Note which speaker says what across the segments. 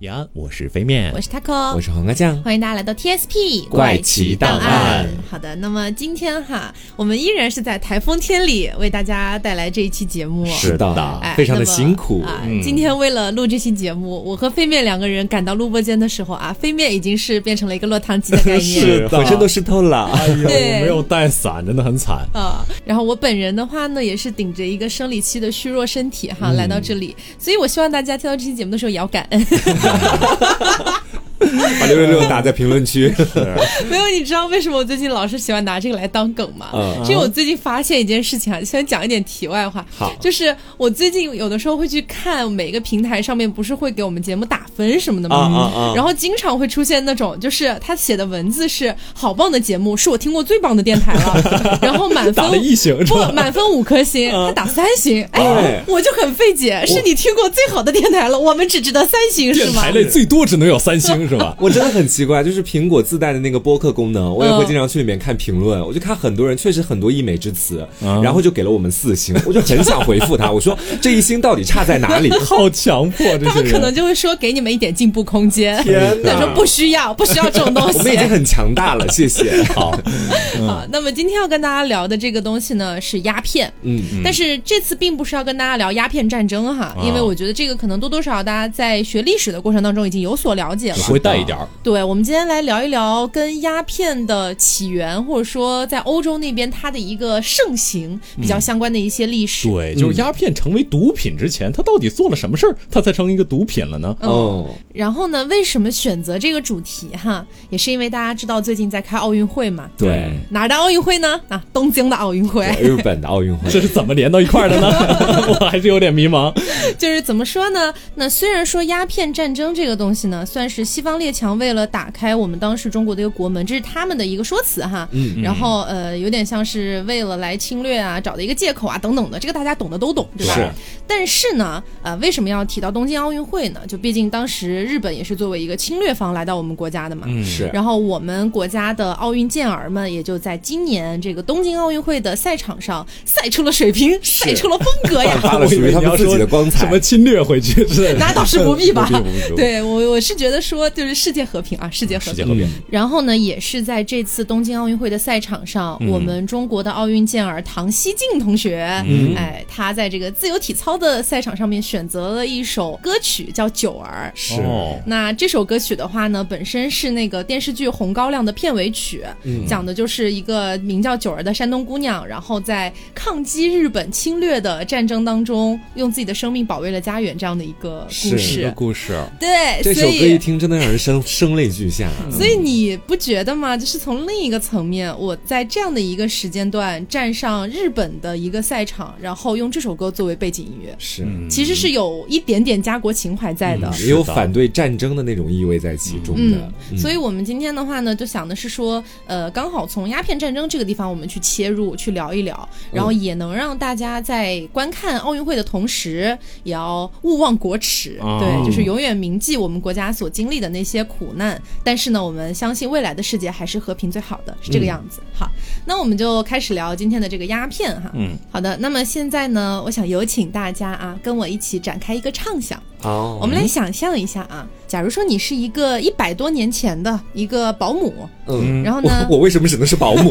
Speaker 1: 延安，我是飞面
Speaker 2: 我。是 Taco，
Speaker 3: 我是黄瓜酱，
Speaker 2: 欢迎大家来到 TSP
Speaker 3: 怪奇档案。
Speaker 2: 好的，那么今天哈，我们依然是在台风天里为大家带来这一期节目。
Speaker 3: 是的
Speaker 2: 哎，
Speaker 3: 非常的
Speaker 2: 那么
Speaker 3: 辛苦。嗯
Speaker 2: 啊！今天为了录这期节目，我和飞面两个人赶到录播间的时候啊，飞面已经是变成了一个落汤鸡的概念。
Speaker 3: 是的，浑身都湿透了。
Speaker 1: 哎呦，
Speaker 2: 对
Speaker 1: 我没有带伞，真的很惨。
Speaker 2: 啊、然后我本人的话呢，也是顶着一个生理期的虚弱身体
Speaker 3: 嗯
Speaker 2: 哈、来到这里，所以我希望大家听到这期节目的时候也要感恩。
Speaker 3: 把六六六打在评论 区。
Speaker 2: 没有，你知道为什么我最近老是喜欢拿这个来当梗吗？
Speaker 3: 嗯
Speaker 2: 是因为我最近发现一件事情啊，先讲一点题外话。
Speaker 3: 好
Speaker 2: 就是我最近有的时候会去看每个平台上面不是会给我们节目打分什么的吗？
Speaker 3: 啊啊啊
Speaker 2: 然后经常会出现那种，就是他写的文字是“好棒的节目，是我听过最棒的电台 了”，然后满
Speaker 1: 打了
Speaker 2: 分
Speaker 1: 一星是
Speaker 2: 不
Speaker 1: 吧？嗯
Speaker 2: 满分五颗星，他打三星，哎
Speaker 3: 哎，？
Speaker 2: 我就很费解，是你听过最好的电台了，我们只知道三星是
Speaker 1: 电
Speaker 2: 吗
Speaker 1: 台？类最多只能有三星是吧
Speaker 3: 我真的很奇怪，就是苹果自带的那个播客功
Speaker 2: 嗯
Speaker 3: 能，我也会经常去里面看评论，我就看很多人确实很多溢美之词，然后就给了我们四星，我就很想回复他，我说这一星到底差在哪 里？
Speaker 1: 好强迫这
Speaker 2: 他
Speaker 1: 些
Speaker 2: 们可能
Speaker 1: 人。
Speaker 2: 就会说给你们一点进步空间，
Speaker 3: 天
Speaker 2: 但
Speaker 3: 哪
Speaker 2: 说不需要，不需要这种东
Speaker 3: 我
Speaker 2: 西。
Speaker 3: 们已经嗯很强大了，谢谢。好，
Speaker 2: 好，那么今天要跟大家聊的这个东西呢是鸦片，
Speaker 3: 嗯，啊
Speaker 2: 但是这次并不是要跟大家聊鸦片战争哈，因为我觉得这个可能多多少少大家在学历史的过程当中已经有所了解了。
Speaker 1: 会带一点儿，
Speaker 2: 对，我们今天来聊一聊跟鸦片的起源，或者说在欧洲那边它的一个盛行比较相关的一些历史。
Speaker 3: 嗯
Speaker 1: 对，就是鸦片成为毒品之前，他到底做了什么事儿，他才成一个毒品了呢？
Speaker 3: 哦，
Speaker 2: 然后呢，为什么选择这个主题哈，也是因为大家知道最近在开奥运会嘛。
Speaker 3: 对，
Speaker 2: 哪儿的奥运会呢？啊，东京的奥运会。
Speaker 3: 日本的奥运会
Speaker 1: 这是怎么连到一块儿的呢？ 我还是有点迷茫。
Speaker 2: 就是怎么说呢？那虽然说鸦片战争这个东西呢，算是西方列强为了打开我们当时中国的一个国门，这是他们的一个说辞哈。嗯。然后呃，有点像是为了来侵略啊，找的一个借口啊，等等的，这个大家懂的都懂，对吧？
Speaker 3: 是。
Speaker 2: 但是呢，呃，为什么要提到东京奥运会呢？就毕竟当时日本也是作为一个侵略方来到我们国家的嘛。嗯。
Speaker 3: 是
Speaker 2: 然后我们国家的奥运健儿们也就在今年这个东京奥运会的赛场上赛出了水平，赛出了风格呀
Speaker 3: 焕！发了属于他们自己的光
Speaker 1: 什
Speaker 3: 彩
Speaker 1: 么。侵略回 去是？
Speaker 2: 那倒是不必吧
Speaker 1: 不必不必不必。嗯
Speaker 2: 对我，我是觉得说，就是世界和平啊，世界和
Speaker 1: 世
Speaker 2: 平
Speaker 1: 界。和
Speaker 3: 嗯
Speaker 1: 平，
Speaker 2: 然后呢，也是在这次东京奥运会的赛场上，
Speaker 1: 嗯
Speaker 2: 我们中国的奥运健儿唐熙静同学，
Speaker 1: 嗯
Speaker 2: 哎，他在这个自由体操的赛场上面选择了一首歌曲叫《九儿》。
Speaker 3: 是
Speaker 1: 哦
Speaker 2: 那这首歌曲的话呢，本身是那个电视剧《红高粱》的片尾曲，
Speaker 3: 嗯
Speaker 2: 讲的就是一个名叫九儿的山东姑娘，然后在抗击日本侵略的战争当中，用自己的生命保卫了家园这样的一个故
Speaker 3: 是
Speaker 1: 这个
Speaker 2: 事。
Speaker 1: 故事，
Speaker 2: 对，
Speaker 3: 这首
Speaker 2: 哎所
Speaker 3: 歌一
Speaker 2: 以
Speaker 3: 听真嗯的让人声声泪俱下。
Speaker 2: 所以你不觉得吗？就是从另一个层面，我在这样的一个时间段站上日本的一个赛场，然后用这首歌作为背景音乐，
Speaker 3: 是，
Speaker 1: 嗯
Speaker 2: 其实
Speaker 3: 嗯
Speaker 2: 是有一点点家国情怀在的。
Speaker 3: 啊也有反对战争的那种意味在其中的。
Speaker 2: 嗯，所以我们今天的话呢，就想的是说，呃，刚好从鸦片战争这个地方我们去切入，去聊一聊，然后也能让大家在观看奥运会的同时，也要勿忘国耻，
Speaker 1: 哦
Speaker 2: 对，就是永远铭记我们国家所经历的那些苦难。但是呢，我们相信未来的世界还是和平最好的，是这个样子。好，那我们就开始聊今天的这个鸦片哈。嗯，好的，那么现在呢，我想有请大家啊，跟我一起展开一个畅想。
Speaker 3: 哦
Speaker 2: 我们来想象一下啊，假如说你是一个一百多年前的一个保姆，
Speaker 3: 嗯，
Speaker 2: 然后呢
Speaker 3: 我，我为什么只能是保 姆？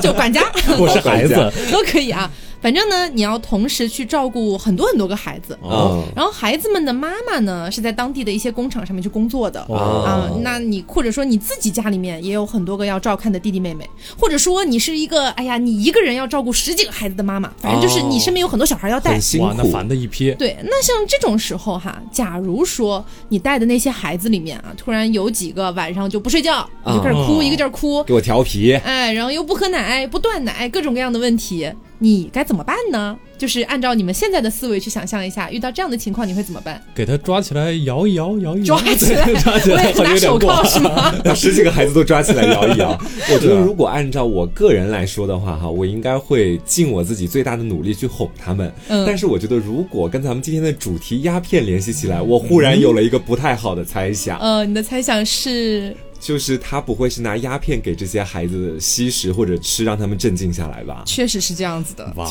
Speaker 2: 就管 家
Speaker 1: 我是孩子
Speaker 3: 管
Speaker 2: 都可以啊，反正呢，你要同时去照顾很多很多个孩子。
Speaker 1: 哦
Speaker 2: 然后孩子们的妈妈呢，是在当地的一些工厂上面去工作的。啊、
Speaker 3: 哦
Speaker 2: 那你或者说你自己家里面也有很多个要照看的弟弟妹妹，或者说你是一个，哎呀，你一个人要照顾十几个孩子的妈妈，反正就是你身边有很多小孩要带
Speaker 3: 很，辛
Speaker 1: 哇，那
Speaker 3: 苦。
Speaker 1: 烦的一批。
Speaker 2: 对，那像这种时候哈，假如说你带的那些孩子里面啊，突然有几个晚上就不睡觉，你就开始哭，
Speaker 1: 哦
Speaker 2: 一个劲儿哭，
Speaker 3: 给我调皮，
Speaker 2: 哎，然后又不喝奶、不断奶，各种各样的问题，你该怎么办呢？就是按照你们现在的思维去想象一下，遇到这样的情况你会怎么办？
Speaker 1: 给他抓起来摇一摇，摇一摇，，
Speaker 2: 抓起来
Speaker 1: 抓起来，
Speaker 2: 我也是拿手铐是吗？
Speaker 3: 把十几个孩子都抓起来摇一摇。 我觉得如果按照我个人来说的话，哈，我应该会尽我自己最大的努力去哄他们。
Speaker 2: 嗯
Speaker 3: 但是我觉得如果跟咱们今天的主
Speaker 2: 嗯
Speaker 3: 题鸦片联系起来，我忽然有了一个不太好的猜想。
Speaker 2: 呃，你的猜想是
Speaker 3: 就是他不会是拿鸦片给这些孩子吸食或者吃，让他们镇静下来吧？
Speaker 2: 确实是这样子的。
Speaker 1: 哇，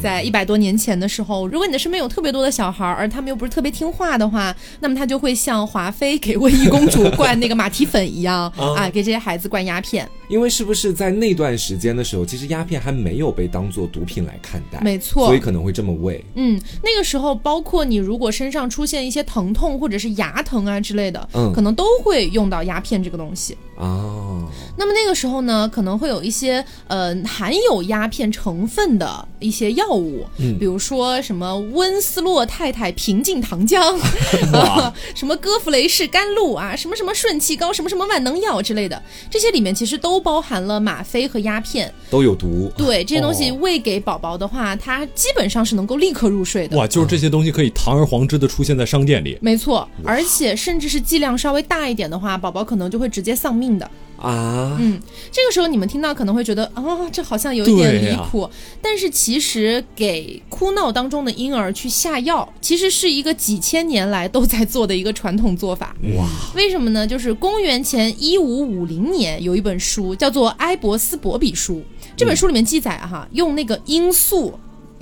Speaker 2: 在一百多年前的时候，如果你的身边有特别多的小孩儿，而他们又不是特别听话的话，那么他就会像华妃给卫懿公主灌那个马蹄粉一样啊，给这些孩子灌鸦片。
Speaker 3: 因为是不是在那段时间的时候，其实鸦片还没有被当做毒品来看待，
Speaker 2: 没错
Speaker 3: 所以可能会这么喂。
Speaker 2: 嗯，那个时候，包括你如果身上出现一些疼痛或者是牙疼啊之类的，
Speaker 3: 嗯
Speaker 2: 可能都会用到鸦片这个东西。
Speaker 3: 哦，
Speaker 2: 那么那个时候呢，可能会有一些呃含有鸦片成分的一些药物，
Speaker 3: 嗯
Speaker 2: 比如说什么温斯洛太太平静糖浆，啊， 什么戈弗雷氏甘露啊，什么什么顺气膏，什么什么万能药之类的，这些里面其实都包含了吗啡和鸦片。
Speaker 3: 都有毒。
Speaker 2: 对这些东西
Speaker 3: 哦
Speaker 2: 喂给宝宝的话，它基本上是能够立刻入睡的。
Speaker 1: 哇，就是这些东西可以堂而皇之的出现在商店里。
Speaker 2: 没错，而且甚至是剂量稍微大一点的话，宝宝可能就会直接丧命的。
Speaker 3: 啊，
Speaker 2: 嗯，这个时候你们听到可能会觉得啊，这好像有一点
Speaker 1: 对
Speaker 2: 离
Speaker 1: 呀
Speaker 2: 谱，但是其实给哭闹当中的婴儿去下药，其实是一个几千年来都在做的一个传统做法。
Speaker 3: 哇，
Speaker 2: 为什么呢？就是公元前一五五零年有一本书叫做《埃博斯伯比书》，这本书里面记载哈、用那个罂粟。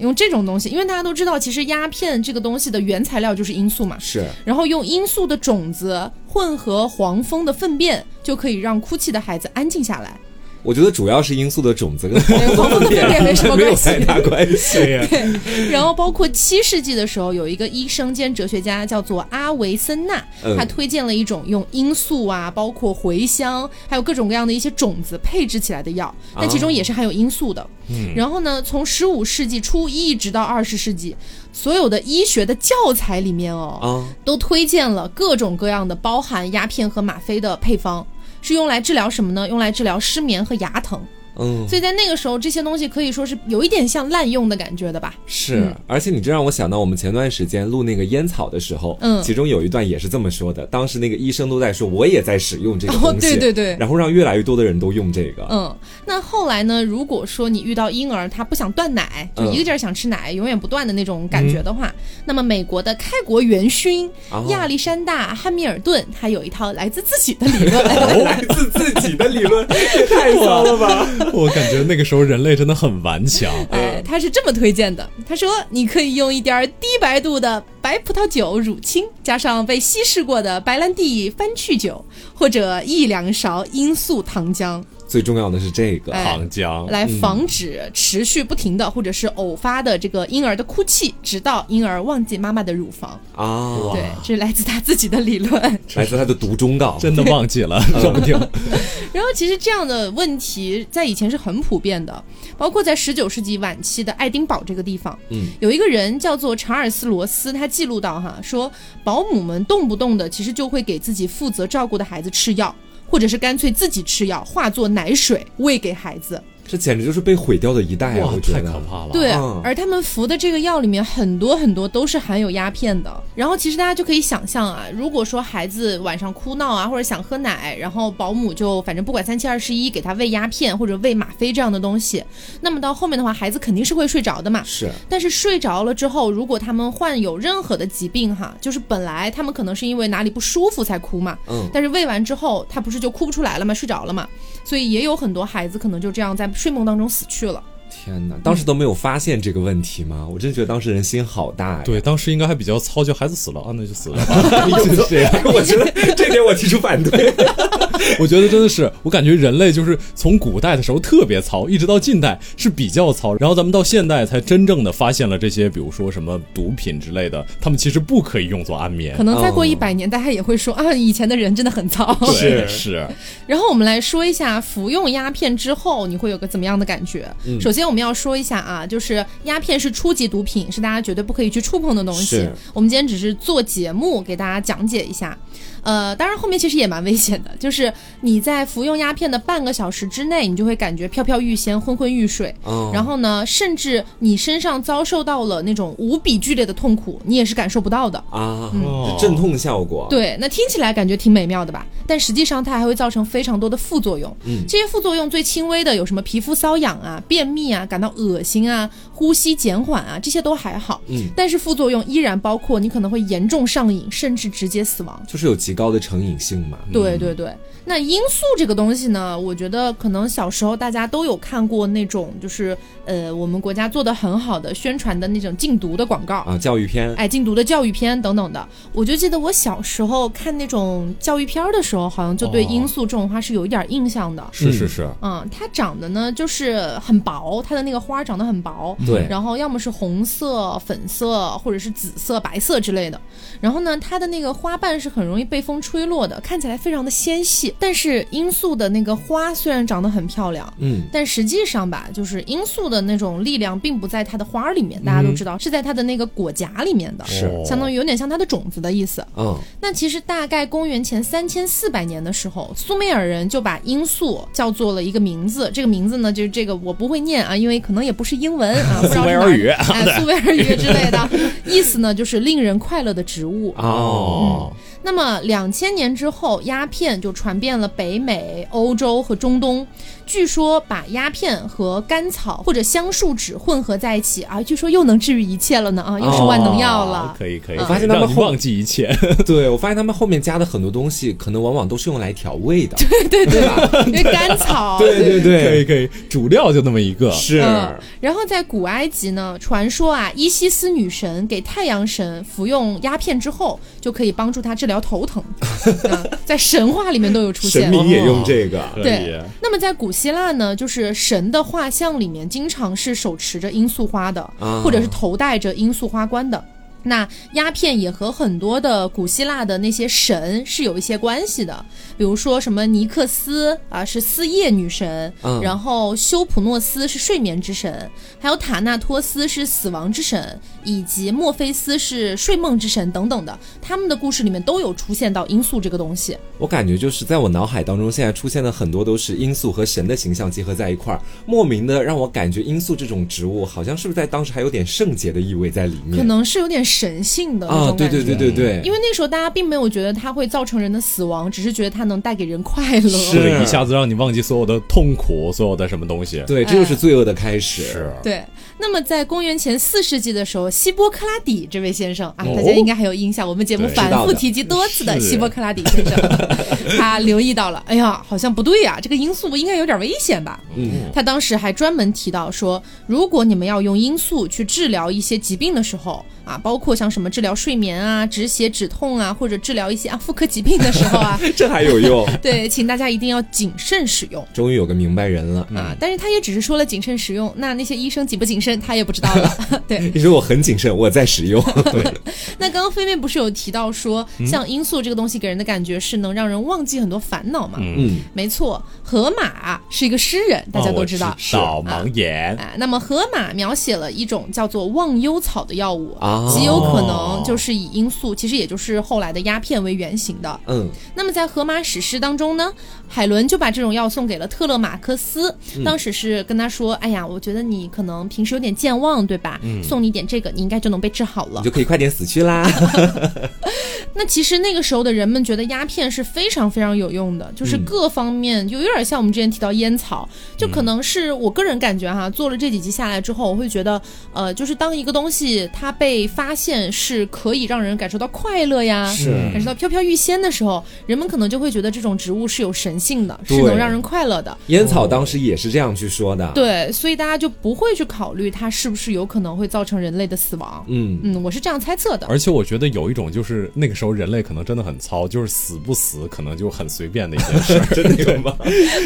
Speaker 2: 用这种东西，因为大家都知道，其实鸦片这个东西的原材料就是罂粟嘛，
Speaker 3: 是
Speaker 2: 然后用罂粟的种子混合黄蜂的粪便，就可以让哭泣的孩子安静下来。
Speaker 3: 我觉得主要是罂粟的种子跟黄
Speaker 2: 对黄蜂的粪便没什么
Speaker 3: 没有
Speaker 2: 关系
Speaker 3: 太。大关系。
Speaker 1: 对呀，
Speaker 2: 然后包括七世纪的时候，有一个医生兼哲学家叫做阿维森纳，
Speaker 3: 嗯
Speaker 2: 他推荐了一种用罂粟啊，包括茴香，还有各种各样的一些种子配置起来的药，但
Speaker 3: 哦
Speaker 2: 其中也是含有罂粟的。
Speaker 3: 嗯
Speaker 2: 然后呢，从十五世纪初一直到二十世纪，所有的医学的教材里面哦，
Speaker 3: 啊，
Speaker 2: 都推荐了各种各样的包含鸦片和吗啡的配方，是用来治疗什么呢？用来治疗失眠和牙疼。
Speaker 3: 嗯，
Speaker 2: 所以在那个时候，这些东西可以说是有一点像滥用的感觉的吧？
Speaker 3: 是，
Speaker 2: 嗯
Speaker 3: 而且你这让我想到我们前段时间录那个烟草的时候，
Speaker 2: 嗯
Speaker 3: 其中有一段也是这么说的，当时那个医生都在说，我也在使用这个
Speaker 2: 哦
Speaker 3: 东西，
Speaker 2: 对对对
Speaker 3: 然后让越来越多的人都用这个，
Speaker 2: 嗯，那后来呢？如果说你遇到婴儿他不想断奶，就
Speaker 3: 嗯
Speaker 2: 一个劲儿想吃奶，永远不断的那种感觉的话，那么美国的开国元勋、
Speaker 3: 哦
Speaker 2: 亚历山大·汉密尔顿，他有一套来自自己的
Speaker 3: 嗯
Speaker 2: 理 论。
Speaker 3: 哦来自自己的理论，也太糟了吧！
Speaker 1: 我感觉那个时候人类真的很顽强。
Speaker 2: 哎，他是这么推荐的，他说你可以用一点儿低白度的白葡萄酒乳清，加上被稀释过的白兰地番去酒，或者一两勺罂粟糖浆，
Speaker 3: 最重要的是这 个，
Speaker 2: 哎
Speaker 1: 糖浆，
Speaker 2: 来防止持续不停的或者是偶发的这个婴儿的哭泣，直到婴儿忘记妈妈的乳房。
Speaker 3: 啊，
Speaker 2: 对，这是来自他自己的理论。
Speaker 3: 来自他的毒忠告，
Speaker 1: 真的忘记了，
Speaker 3: 嗯
Speaker 1: 说 不定。
Speaker 2: 然后其实这样的问题在以前是很普遍的，包括在十九世纪晚期的爱丁堡这个地方，
Speaker 3: 嗯，
Speaker 2: 有一个人叫做查尔斯·罗斯，他记录到哈，说保姆们动不动的其实就会给自己负责照顾的孩子吃药，或者是干脆自己吃药，化作奶水喂给孩子。
Speaker 3: 这简直就是被毁掉的一代啊！
Speaker 1: 哇
Speaker 3: 我，觉
Speaker 1: 太
Speaker 3: 得
Speaker 1: 可怕了。
Speaker 2: 对
Speaker 3: 啊，
Speaker 2: 而他们服的这个药里面很多很多都是含有鸦片的。然后其实大家就可以想象啊，如果说孩子晚上哭闹啊，或者想喝奶，然后保姆就呃反正不管三七二十一给他喂鸦片或者喂吗啡这样的东西，那么到后面的话，孩子肯定是会睡着的嘛。
Speaker 3: 是
Speaker 2: 但是睡着了之后，如果他们患有任何的疾病哈，就是本来他们可能是因为哪里不舒服才哭嘛，
Speaker 3: 嗯
Speaker 2: 但是喂完之后他不是就哭不出来了嘛，睡着了嘛，所以也有很多孩子可能就这样在睡梦当中死去了。
Speaker 3: 天哪，当时都没有发现这个问题吗？我真觉得当时人心好大呀！
Speaker 1: 对，当时应该还比较糙，就孩子死了啊，那就死了吧。
Speaker 3: 就是这样，我觉得这点我提出反对。
Speaker 1: 我觉得真的是，我感觉人类就是从古代的时候特别糙，一直到近代是比较糙，然后咱们到现代才真正的发现了这些，比如说什么毒品之类的，他们其实不可以用作安眠
Speaker 2: 可。能再过
Speaker 3: 哦
Speaker 2: 一百年，大家也会说啊，以前的人真的很糙。
Speaker 1: 对
Speaker 3: 是
Speaker 1: 是，
Speaker 2: 然后我们来说一下服用鸦片之后你会有个怎么样的感觉。
Speaker 3: 嗯
Speaker 2: 首先我们要说一下啊，就是鸦片是初级毒品，是大家绝对不可以去触碰的东西
Speaker 3: 是。
Speaker 2: 我们今天只是做节目给大家讲解一下。呃，当然后面其实也蛮危险的，就是你在服用鸦片的半个小时之内，你就会感觉飘飘欲仙、昏昏欲睡。
Speaker 3: 哦
Speaker 2: 然后呢，甚至你身上遭受到了那种无比剧烈的痛苦，你也是感受不到的。
Speaker 3: 啊，
Speaker 1: 嗯
Speaker 3: 这镇痛效果，，
Speaker 2: 对，那听起来感觉挺美妙的吧？但实际上它还会造成非常多的副作用。嗯，这些副作用最轻微的有什么皮肤瘙痒啊、便秘腻啊、感到恶心啊、呼吸减缓啊，这些都还好。
Speaker 3: 嗯，
Speaker 2: 但是副作用依然包括你可能会严重上瘾，甚至直接死亡。
Speaker 3: 就是有极高的成瘾性嘛。
Speaker 2: 对对对，那罂粟这个东西呢，我觉得可能小时候大家都有看过那种，就是呃，我们国家做的很好的宣传的那种禁毒的广告，
Speaker 3: 啊，教育片，
Speaker 2: 哎，禁毒的教育片等等的。我就记得我小时候看那种教育片儿的时候，好像就对
Speaker 1: 哦
Speaker 2: 罂粟这种花是有一点印象的。
Speaker 1: 是是是，
Speaker 2: 嗯，它长得呢就是很薄，它的那个花长得很薄，
Speaker 1: 嗯
Speaker 3: 对，
Speaker 2: 然后要么是红色、粉色，或者是紫色、白色之类的。然后呢，它的那个花瓣是很容易被风吹落的，看起来非常的纤细。但是罂粟的那个花虽然长得很漂亮。
Speaker 3: 嗯，
Speaker 2: 但实际上吧，就是罂粟的那种力量并不在它的花儿里面，大家
Speaker 1: 嗯
Speaker 2: 都知道、是在它的那个果荚里面的，
Speaker 3: 是
Speaker 1: 哦
Speaker 2: 相当于有点像它的种子的意思。
Speaker 3: 嗯，
Speaker 2: 那其实大概公元前三千四百年的时候，苏美尔人就把罂粟叫做了一个名字。这个名字呢，就是这个我不会念啊，因为可能也不是英文啊，不知道是哪
Speaker 1: 苏美尔 语
Speaker 2: 哎，苏美尔语之类的，意思呢就是令人快乐的植
Speaker 1: 啊
Speaker 2: 物。
Speaker 3: 哦，
Speaker 2: 那么两千年之后，鸦片就传遍了北美、欧洲和中东。据说把鸦片和甘草或者香树脂混合在一起啊，据说又能治愈一切了呢
Speaker 3: 哦
Speaker 2: 啊，又是万能药 了。
Speaker 1: 可以可以，
Speaker 2: 我
Speaker 3: 发现他们
Speaker 1: 让你
Speaker 3: 后
Speaker 1: 忘记一切，
Speaker 2: 嗯
Speaker 3: 对，我发现他们后面加的很多东西，可能往往都是用来调味的，
Speaker 2: 对对对，因为甘草
Speaker 3: 对对
Speaker 1: 可以
Speaker 3: 对，
Speaker 1: 可以，主料就那么一个，
Speaker 3: 是
Speaker 2: 嗯，然后在古埃及呢，传说啊，伊西斯女神给太阳神服用鸦片之后，就可以帮助他治疗头 疼，啊在神话里面都有出现
Speaker 3: 神。明也用这个，
Speaker 1: 可以
Speaker 2: 对，那么在古希腊呢，就是神的画像里面经常是手持着罂粟花的，
Speaker 3: 啊
Speaker 2: 或者是头戴着罂粟花冠的。那鸦片也和很多的古希腊的那些神是有一些关系的，比如说什么尼克斯啊是丝叶女神，
Speaker 3: 嗯
Speaker 2: 然后修普诺斯是睡眠之神，还有塔纳托斯是死亡之神，以及墨菲斯是睡梦之神等等的，他们的故事里面都有出现到罂粟这个东西。
Speaker 3: 我感觉就是在我脑海当中，现在出现的很多都是罂粟和神的形象结合在一块儿，莫名的让我感觉罂粟这种植物好像是不是在当时还有点圣洁的意味在里面？
Speaker 2: 可能是有点神性的那
Speaker 3: 啊，
Speaker 2: 种
Speaker 3: 对
Speaker 2: 感觉。
Speaker 3: 对对对对，
Speaker 2: 因为那时候大家并没有觉得它会造成人的死亡，只是觉得它能带给人快乐。
Speaker 1: 或
Speaker 3: 是
Speaker 1: 者一下子让你忘记所有的痛苦，所有的什么东西，
Speaker 3: 对，这就是罪恶的开始。是
Speaker 2: 对。那么在公元前四世纪的时候，希波克拉底这位先生啊，
Speaker 1: 哦
Speaker 2: 大家应该还有印象，我们节目
Speaker 1: 对
Speaker 2: 反
Speaker 3: 知道
Speaker 2: 复
Speaker 3: 的
Speaker 2: 提及多次的
Speaker 1: 是
Speaker 2: 希波克拉底先生， 他留意到了，哎呀，好像不对呀、这个罂粟应该有点危险吧？
Speaker 3: 嗯，
Speaker 2: 他当时还专门提到说，如果你们要用罂粟去治疗一些疾病的时候啊，包括像什么治疗睡眠啊、止血止痛啊，或者治疗一些啊妇科疾病的时候啊，
Speaker 3: 这还有用，
Speaker 2: 对，请大家一定要谨慎使用。
Speaker 3: 终于有个明白人了。
Speaker 2: 啊，但是他也只是说了谨慎使用，那那些医生谨不谨慎，他也不知道了。 对，
Speaker 3: 你说我很谨慎，我在使用。
Speaker 2: 那刚刚飞面不是有提到说，像罂粟这个东西给人的感觉是能让人忘记很多烦恼嘛？
Speaker 3: 嗯，
Speaker 2: 没错，河马是一个诗人，大家
Speaker 1: 哦
Speaker 2: 都
Speaker 1: 我
Speaker 2: 知道。
Speaker 1: 导盲眼，
Speaker 2: 哎，那么河马描写了一种叫做忘忧草的药物，
Speaker 3: 啊
Speaker 2: 极有可能就是以罂粟，其实也就是后来的鸦片为原型的。
Speaker 3: 嗯，
Speaker 2: 那么在荷马史诗当中呢，海伦就把这种药送给了特勒马克斯，当时是跟他说：“哎呀，我觉得你可能平时有点健忘，对吧？送你一点这个，你应该就能被治好了
Speaker 3: 你。就可以快点死去啦。
Speaker 2: 那其实那个时候的人们觉得鸦片是非常非常有用的，就是
Speaker 1: 嗯
Speaker 2: 各方面就有点像我们之前提到烟草，就可能是我个人感觉哈，做了这几集下来之后，我会觉得，呃，就是当一个东西它被发现是可以让人感受到快乐呀，
Speaker 3: 是
Speaker 2: 感受到飘飘欲仙的时候，人们可能就会觉得这种植物是有神性的，是
Speaker 3: 对
Speaker 2: 能让人快乐
Speaker 1: 啊
Speaker 2: 的。
Speaker 3: 烟草当时也是这样去说的。，
Speaker 2: 对，所以大家就不会去考虑它是不是有可能会造成人类的死亡。
Speaker 3: 嗯，
Speaker 2: 嗯，我是这样猜测的。
Speaker 1: 而且我觉得有一种就是那个时候人类可能真的很糙，就是死不死可能就很随便的一件 事。真的有吗？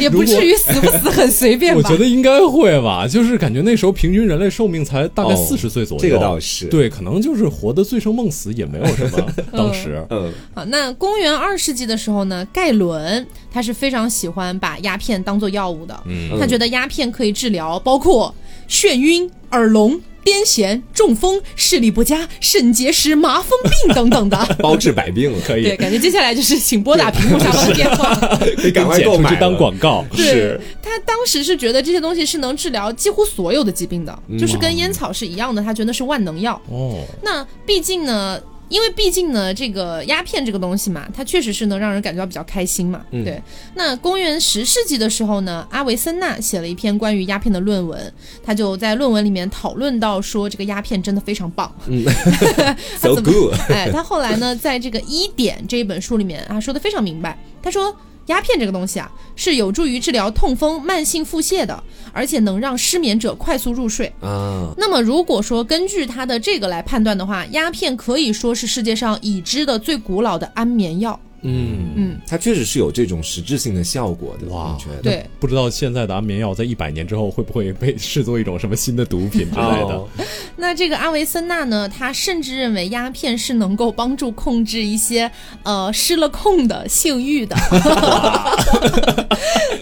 Speaker 2: 也不至于死不死很随便
Speaker 1: 我
Speaker 2: 吧
Speaker 1: 觉？得应该会吧，就是感觉那时候平均人类寿命才大概
Speaker 3: 哦
Speaker 1: 四十 岁左右，
Speaker 3: 这个倒是
Speaker 1: 对，可能就是活得醉生梦死也没有 什么。当时
Speaker 3: 嗯，。
Speaker 2: 啊，那公元二世纪的时候呢，盖伦他是非常喜欢把鸦片当做药物的，
Speaker 1: 嗯
Speaker 2: 他觉得鸦片可以治疗包括眩晕、耳聋、癫痫、中风、视力不佳、肾结石、麻风病等等的
Speaker 3: 包治百病了，
Speaker 1: 可以
Speaker 2: 对，感觉接下来就是请拨打屏幕下方的电话。
Speaker 3: 可以 赶快
Speaker 1: 剪
Speaker 3: 购
Speaker 1: 出
Speaker 3: 买
Speaker 1: 去
Speaker 3: 了
Speaker 1: 当广告。
Speaker 2: 对，他当时是觉得这些东西是能治疗几乎所有的疾病的，就是跟烟草是一样的，他觉得是万能药。
Speaker 1: 哦，
Speaker 2: 那毕竟呢，因为毕竟呢，这个鸦片这个东西嘛，它确实是能让人感觉到比较开心嘛。
Speaker 3: 嗯
Speaker 2: 对。那公元十世纪的时候呢，阿维森纳写了一篇关于鸦片的论文，他就在论文里面讨论到说，这个鸦片真的非常棒。
Speaker 3: 嗯
Speaker 2: 怎
Speaker 3: ，so
Speaker 2: 么
Speaker 3: good，
Speaker 2: 哎，他后来呢，在这个《一点》这一本书里面啊，说的非常明白。他说，鸦片这个东西啊，是有助于治疗痛风、慢性腹泻的，而且能让失眠者快速入睡。
Speaker 3: 啊，
Speaker 2: 那么，如果说根据他的这个来判断的话，鸦片可以说是世界上已知的最古老的安眠药。
Speaker 3: 嗯嗯，它确实是有这种实质性的效果的，
Speaker 1: 哇
Speaker 3: 我觉得。
Speaker 2: 对，
Speaker 1: 不知道现在的安眠药在一百年之后会不会被视作一种什么新的毒品之类的？
Speaker 3: 哦
Speaker 2: 那这个阿维森纳呢，他甚至认为鸦片是能够帮助控制一些呃失了控的性欲的。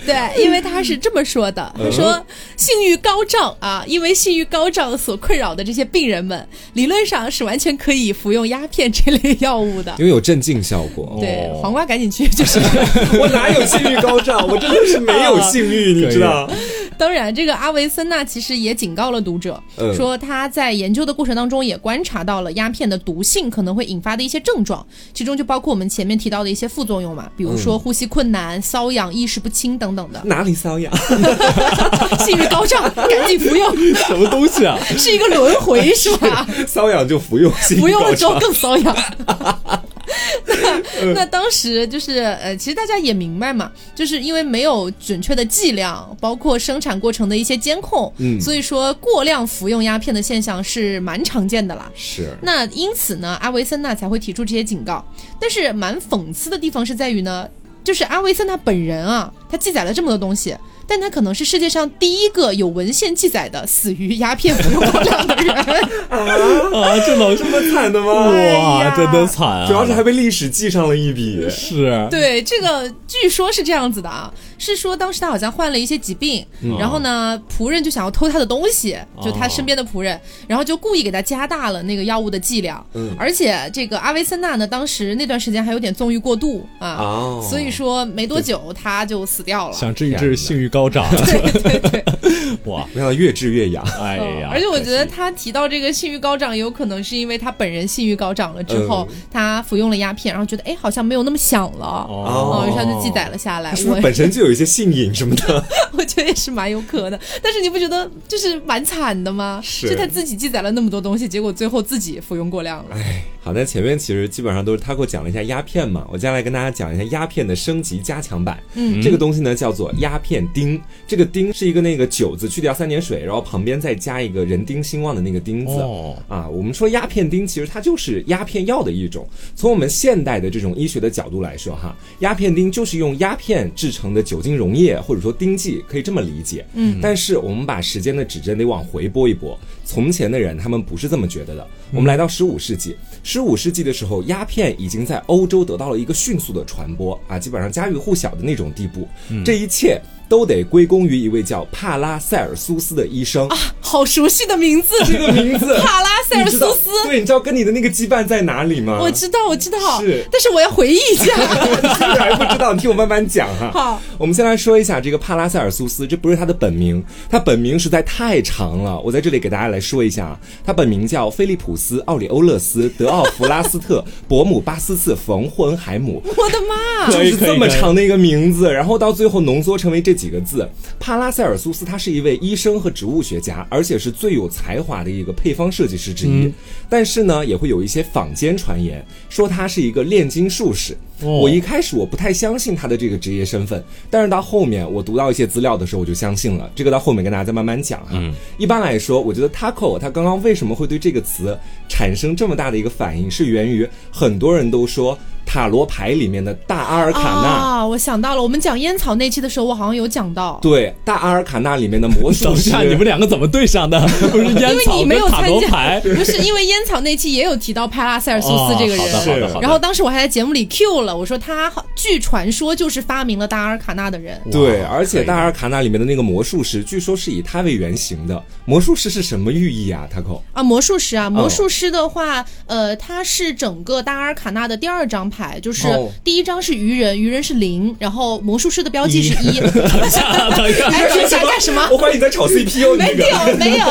Speaker 2: 对，因为他是这么说的，他说性欲高涨啊，因为性欲高涨所困扰的这些病人们，理论上是完全可以服用鸦片这类药物的。
Speaker 3: 因为有镇静效果，
Speaker 2: 对
Speaker 1: 哦，
Speaker 2: 黄瓜赶紧去，就是。
Speaker 3: 我哪有性欲高涨？我真的是没有性欲，你知道？
Speaker 2: 当然，这个阿维森纳其实也警告了读者，
Speaker 3: 嗯。
Speaker 2: 说他在研究的过程当中也观察到了鸦片的毒性可能会引发的一些症状，其中就包括我们前面提到的一些副作用嘛，比如说呼吸困难、瘙痒、意识不清等等的
Speaker 3: 哪里瘙痒？
Speaker 2: 性欲高涨，赶紧服用，
Speaker 1: 什么东西啊？
Speaker 2: 是一个轮回是吧？
Speaker 3: 瘙痒就服用，性 欲
Speaker 2: 服用
Speaker 3: 高
Speaker 2: 了之后
Speaker 3: 涨
Speaker 2: 更瘙痒。那那当时就是呃，其实大家也明白嘛，就是因为没有准确的剂量，包括生产过程的一些监控，
Speaker 3: 嗯
Speaker 2: 所以说过量服用鸦片的现象是蛮常见的啦。
Speaker 3: 是
Speaker 2: 那因此呢，阿维森纳才会提出这些警告。但是蛮讽刺的地方是在于呢，就是阿维森纳本人啊，他记载了这么多东西，但他可能是世界上第一个有文献记载的死于鸦片服用过量的人。
Speaker 1: 啊，这老师，
Speaker 3: 这么惨的吗？
Speaker 2: 哎呀
Speaker 1: 哇，真的惨啊！
Speaker 3: 主要
Speaker 2: 哎
Speaker 3: 是还被历史记上了一笔。
Speaker 1: 是
Speaker 2: 对，这个据说是这样子的啊，是说当时他好像患了一些疾病，
Speaker 1: 嗯
Speaker 2: 然后呢，仆人就想要偷他的东西，
Speaker 1: 哦
Speaker 2: 就他身边的仆人，然后就故意给他加大了那个药物的剂量，
Speaker 3: 嗯
Speaker 2: 而且这个阿维森纳呢，当时那段时间还有点纵欲过度啊，
Speaker 3: 哦
Speaker 2: 所以说没多久他就死掉了。
Speaker 1: 想治一治性欲高涨，
Speaker 2: 对对对， 哦
Speaker 1: 哇，
Speaker 3: 没想到越治越痒。
Speaker 1: 哎呀！
Speaker 2: 嗯而且我
Speaker 1: 可惜
Speaker 2: 觉得他提到这个性欲高涨，有可能是因为他本人性欲高涨了之后，
Speaker 1: 嗯
Speaker 2: 他服用了鸦片，然后觉得哎好像没有那么想了，
Speaker 1: 哦
Speaker 2: 哦，于是他就记载了下来。
Speaker 3: 他是不
Speaker 2: 我
Speaker 3: 是本身就有一些性瘾什么的？
Speaker 2: 我觉得也是蛮有可能，但是你不觉得就是蛮惨的吗？
Speaker 3: 是
Speaker 2: 就他自己记载了那么多东西，结果最后自己服用过量
Speaker 1: 哎
Speaker 2: 了。
Speaker 3: 好，那前面其实基本上都是他给我讲了一下鸦片嘛，我接下来跟大家讲一下鸦片的升级加强版。嗯，这个东西呢叫做鸦片丁，这个丁是一个那个酒字去掉三点水，然后旁边再加一个人丁兴旺的那个丁字。
Speaker 1: 哦
Speaker 3: 啊，我们说鸦片丁其实它就是鸦片药的一种。从我们现代的这种医学的角度来说，哈，鸦片丁就是用鸦片制成的酒精溶液或者说丁剂，可以这么理解。嗯，但是我们把时间的指针得往回拨一拨，从前的人他们不是这么觉得的。我们来到十五世纪，十五世纪的时候，鸦片已经在欧洲得到了一个迅速的传播啊，基本上家喻户晓的那种地步。这一切。都得归功于一位叫帕拉塞尔苏斯的医生，
Speaker 2: 好熟悉的名字，
Speaker 3: 这个名字
Speaker 2: 帕拉塞尔
Speaker 3: 你知道
Speaker 2: 苏斯。
Speaker 3: 对，你知道跟你的那个羁绊在哪里
Speaker 1: 啊
Speaker 3: 吗？
Speaker 2: 我知道，我知道，
Speaker 3: 是
Speaker 2: 但是我要回忆一 下。
Speaker 3: 你还不知道，你听我慢慢讲哈。
Speaker 2: 好，
Speaker 3: 我们先来说一下这个帕拉塞尔苏斯，这不是他的本名，他本名实在太长了，我在这里给大家来说一下啊，他本名叫菲利普斯·奥里欧勒斯·德奥弗拉斯特·伯姆巴斯茨·冯霍恩海姆。
Speaker 2: 我的妈！
Speaker 3: 就
Speaker 1: 可以
Speaker 3: 是
Speaker 1: 可以
Speaker 3: 这么
Speaker 1: 可以
Speaker 3: 长的一个名字，然后到最后浓缩成为这几个字。帕拉塞尔苏斯他是一位医生和植物学家，而且是最有才华的一个配方设计师之一。但是呢，也会有一些坊间传言说他是一个炼金术士。
Speaker 1: 哦
Speaker 3: 我一开始我不太相信他的这个职业身份，但是到后面我读到一些资料的时候，我就相信了。这个到后面跟大家再慢慢讲哈。啊一般来说，我觉得 taco 他刚刚为什么会对这个词产生这么大的一个反应，是源于很多人都说塔罗牌里面的大阿尔卡纳。
Speaker 2: 啊，我想到了，我们讲烟草那期的时候，我好像有讲到，
Speaker 3: 对，大阿尔卡纳里面的魔术
Speaker 1: 等一
Speaker 3: 师
Speaker 1: 下，，你们两个怎么对上 的？不是烟
Speaker 2: 因为
Speaker 1: 草
Speaker 2: 你没有
Speaker 1: 跟塔
Speaker 2: 参
Speaker 1: 罗
Speaker 2: 加，
Speaker 1: 牌，
Speaker 2: 不是因为烟草那期也有提到帕拉塞尔苏斯这个人。
Speaker 1: 哦好的好的好的
Speaker 2: 然后当时我还在节目里 Q 了，我说他据传说就是发明了大阿尔卡纳的人。
Speaker 3: 对，
Speaker 1: 哇
Speaker 3: 而且
Speaker 1: 可以
Speaker 3: 大阿尔卡纳里面的那个魔术师，据说是以他为原型的。魔术师是什么寓意啊？Taco 哦
Speaker 2: 啊，魔术师啊，魔术师的话，呃，他是整个大阿尔卡纳的第二张牌，牌，就是
Speaker 3: 哦
Speaker 2: 第一张是愚人，愚人是零，然后魔术师的标记是一。
Speaker 1: 假的 呀，
Speaker 2: 哎，这想干什么？
Speaker 3: 我怀疑你在炒 CP 哦，你
Speaker 2: 没
Speaker 3: 这个。
Speaker 2: 有没有，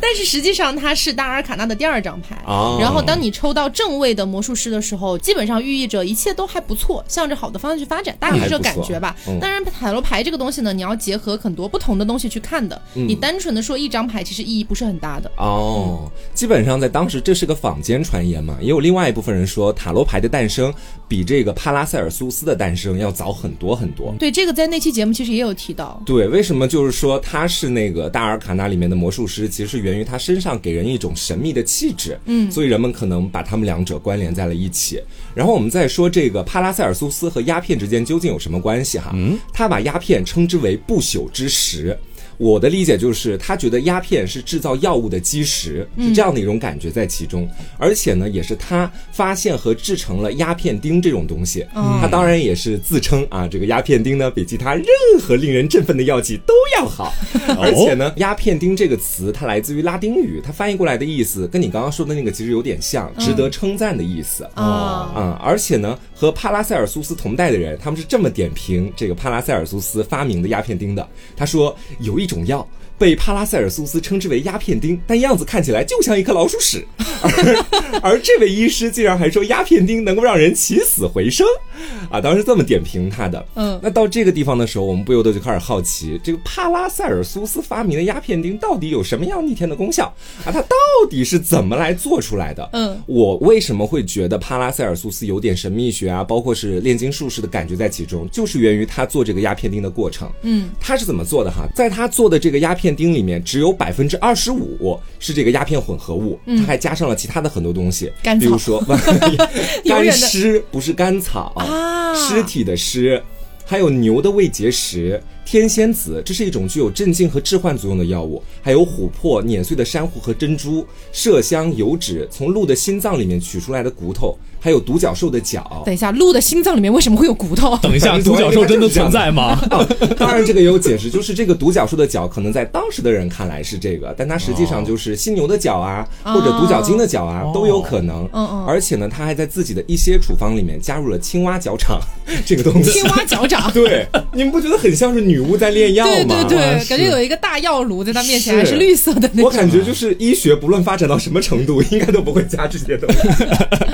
Speaker 2: 但是实际上它是大阿尔卡纳的第二张牌。
Speaker 3: 哦
Speaker 2: 然后当你抽到正位的魔术师的时候，基本上寓意着一切都还不错，向着好的方向去发展，大概是这个感觉吧
Speaker 3: 那还不错嗯。
Speaker 2: 当然，塔罗牌这个东西呢，你要结合很多不同的东西去看的。
Speaker 3: 嗯
Speaker 2: 你单纯的说一张牌，其实意义不是很大的。
Speaker 3: 哦，基本上在当时这是个坊间传言嘛，也有另外一部分人说塔罗牌的诞生比这个帕拉塞尔苏斯的诞生要早很多很多。
Speaker 2: 对，这个在那期节目其实也有提到。
Speaker 3: 对，为什么就是说他是那个大尔卡纳里面的魔术师，其实是源于他身上给人一种神秘的气质，嗯，所以人们可能把他们两者关联在了一起。然后我们再说这个帕拉塞尔苏斯和鸦片之间究竟有什么关系哈？嗯，他把鸦片称之为不朽之石。我的理解就是，他觉得鸦片是制造药物的基石，是这样的一种感觉在其中。而且呢，也是他发现和制成了鸦片钉这种东西。他当然也是自称啊，这个鸦片钉呢比其他任何令人振奋的药剂都要好。而且呢，鸦片钉这个词它来自于拉丁语，它翻译过来的意思跟你刚刚说的那个其实有点像，值得称赞的意思。
Speaker 2: 啊、
Speaker 3: 啊、而且呢，和帕拉塞尔苏斯同代的人，他们是这么点评这个帕拉塞尔苏斯发明的鸦片钉的。他说，有一种药被帕拉塞尔苏斯称之为鸦片钉，但样子看起来就像一颗老鼠屎。 而而这位医师竟然还说鸦片钉能够让人起死回生，啊，当时这么点评他的。
Speaker 2: 嗯
Speaker 3: 那到这个地方的时候，我们不由得就开始好奇，这个帕拉塞尔苏斯发明的鸦片钉到底有什么样逆天的功效啊？它到底是怎么来做出来的？
Speaker 2: 嗯，
Speaker 3: 我为什么会觉得帕拉塞尔苏斯有点神秘学啊，包括是炼金术士的感觉在其中，就是源于他做这个鸦片钉的过程。
Speaker 2: 嗯，
Speaker 3: 他是怎么做的哈？在他做的这个鸦片钉里面，只有百分之二十五是这个鸦片混合物，他还加上了其他的很多东西，
Speaker 2: 嗯甘草
Speaker 3: 比 如说
Speaker 2: 嗯永远
Speaker 3: 干
Speaker 2: 的
Speaker 3: 尸不是甘草
Speaker 2: 啊
Speaker 3: 尸体的尸，还有牛的胃结石、天仙子，这是一种具有镇静和致幻作用的药物，还有琥珀、碾碎的珊瑚和珍珠、麝香、油脂，从鹿的心脏里面取出来的骨头，还有独角兽的角。
Speaker 2: 等一下，鹿的心脏里面为什么会有骨头？
Speaker 1: 等一 下，独角兽真的存在吗？
Speaker 3: 啊，当然，这个也有解释，就是这个独角兽的角，可能在当时的人看来是这个，但它实际上就是犀牛的角啊，或者独角鲸的角啊，都有可能。
Speaker 2: 嗯嗯
Speaker 3: 而且呢，他还在自己的一些处方里面加入了青蛙脚掌这个东西。。
Speaker 2: 青蛙脚掌
Speaker 3: 对，你们不觉得很像是女巫在炼药
Speaker 2: 对
Speaker 3: 吗？
Speaker 2: 对对，感觉
Speaker 1: 是
Speaker 2: 有一个大药炉在他面前，
Speaker 3: 是
Speaker 2: 还是绿色的那
Speaker 3: 我
Speaker 2: 种。啊
Speaker 3: 感觉就是医学，不论发展到什么程度， 应该都不会加这些东西。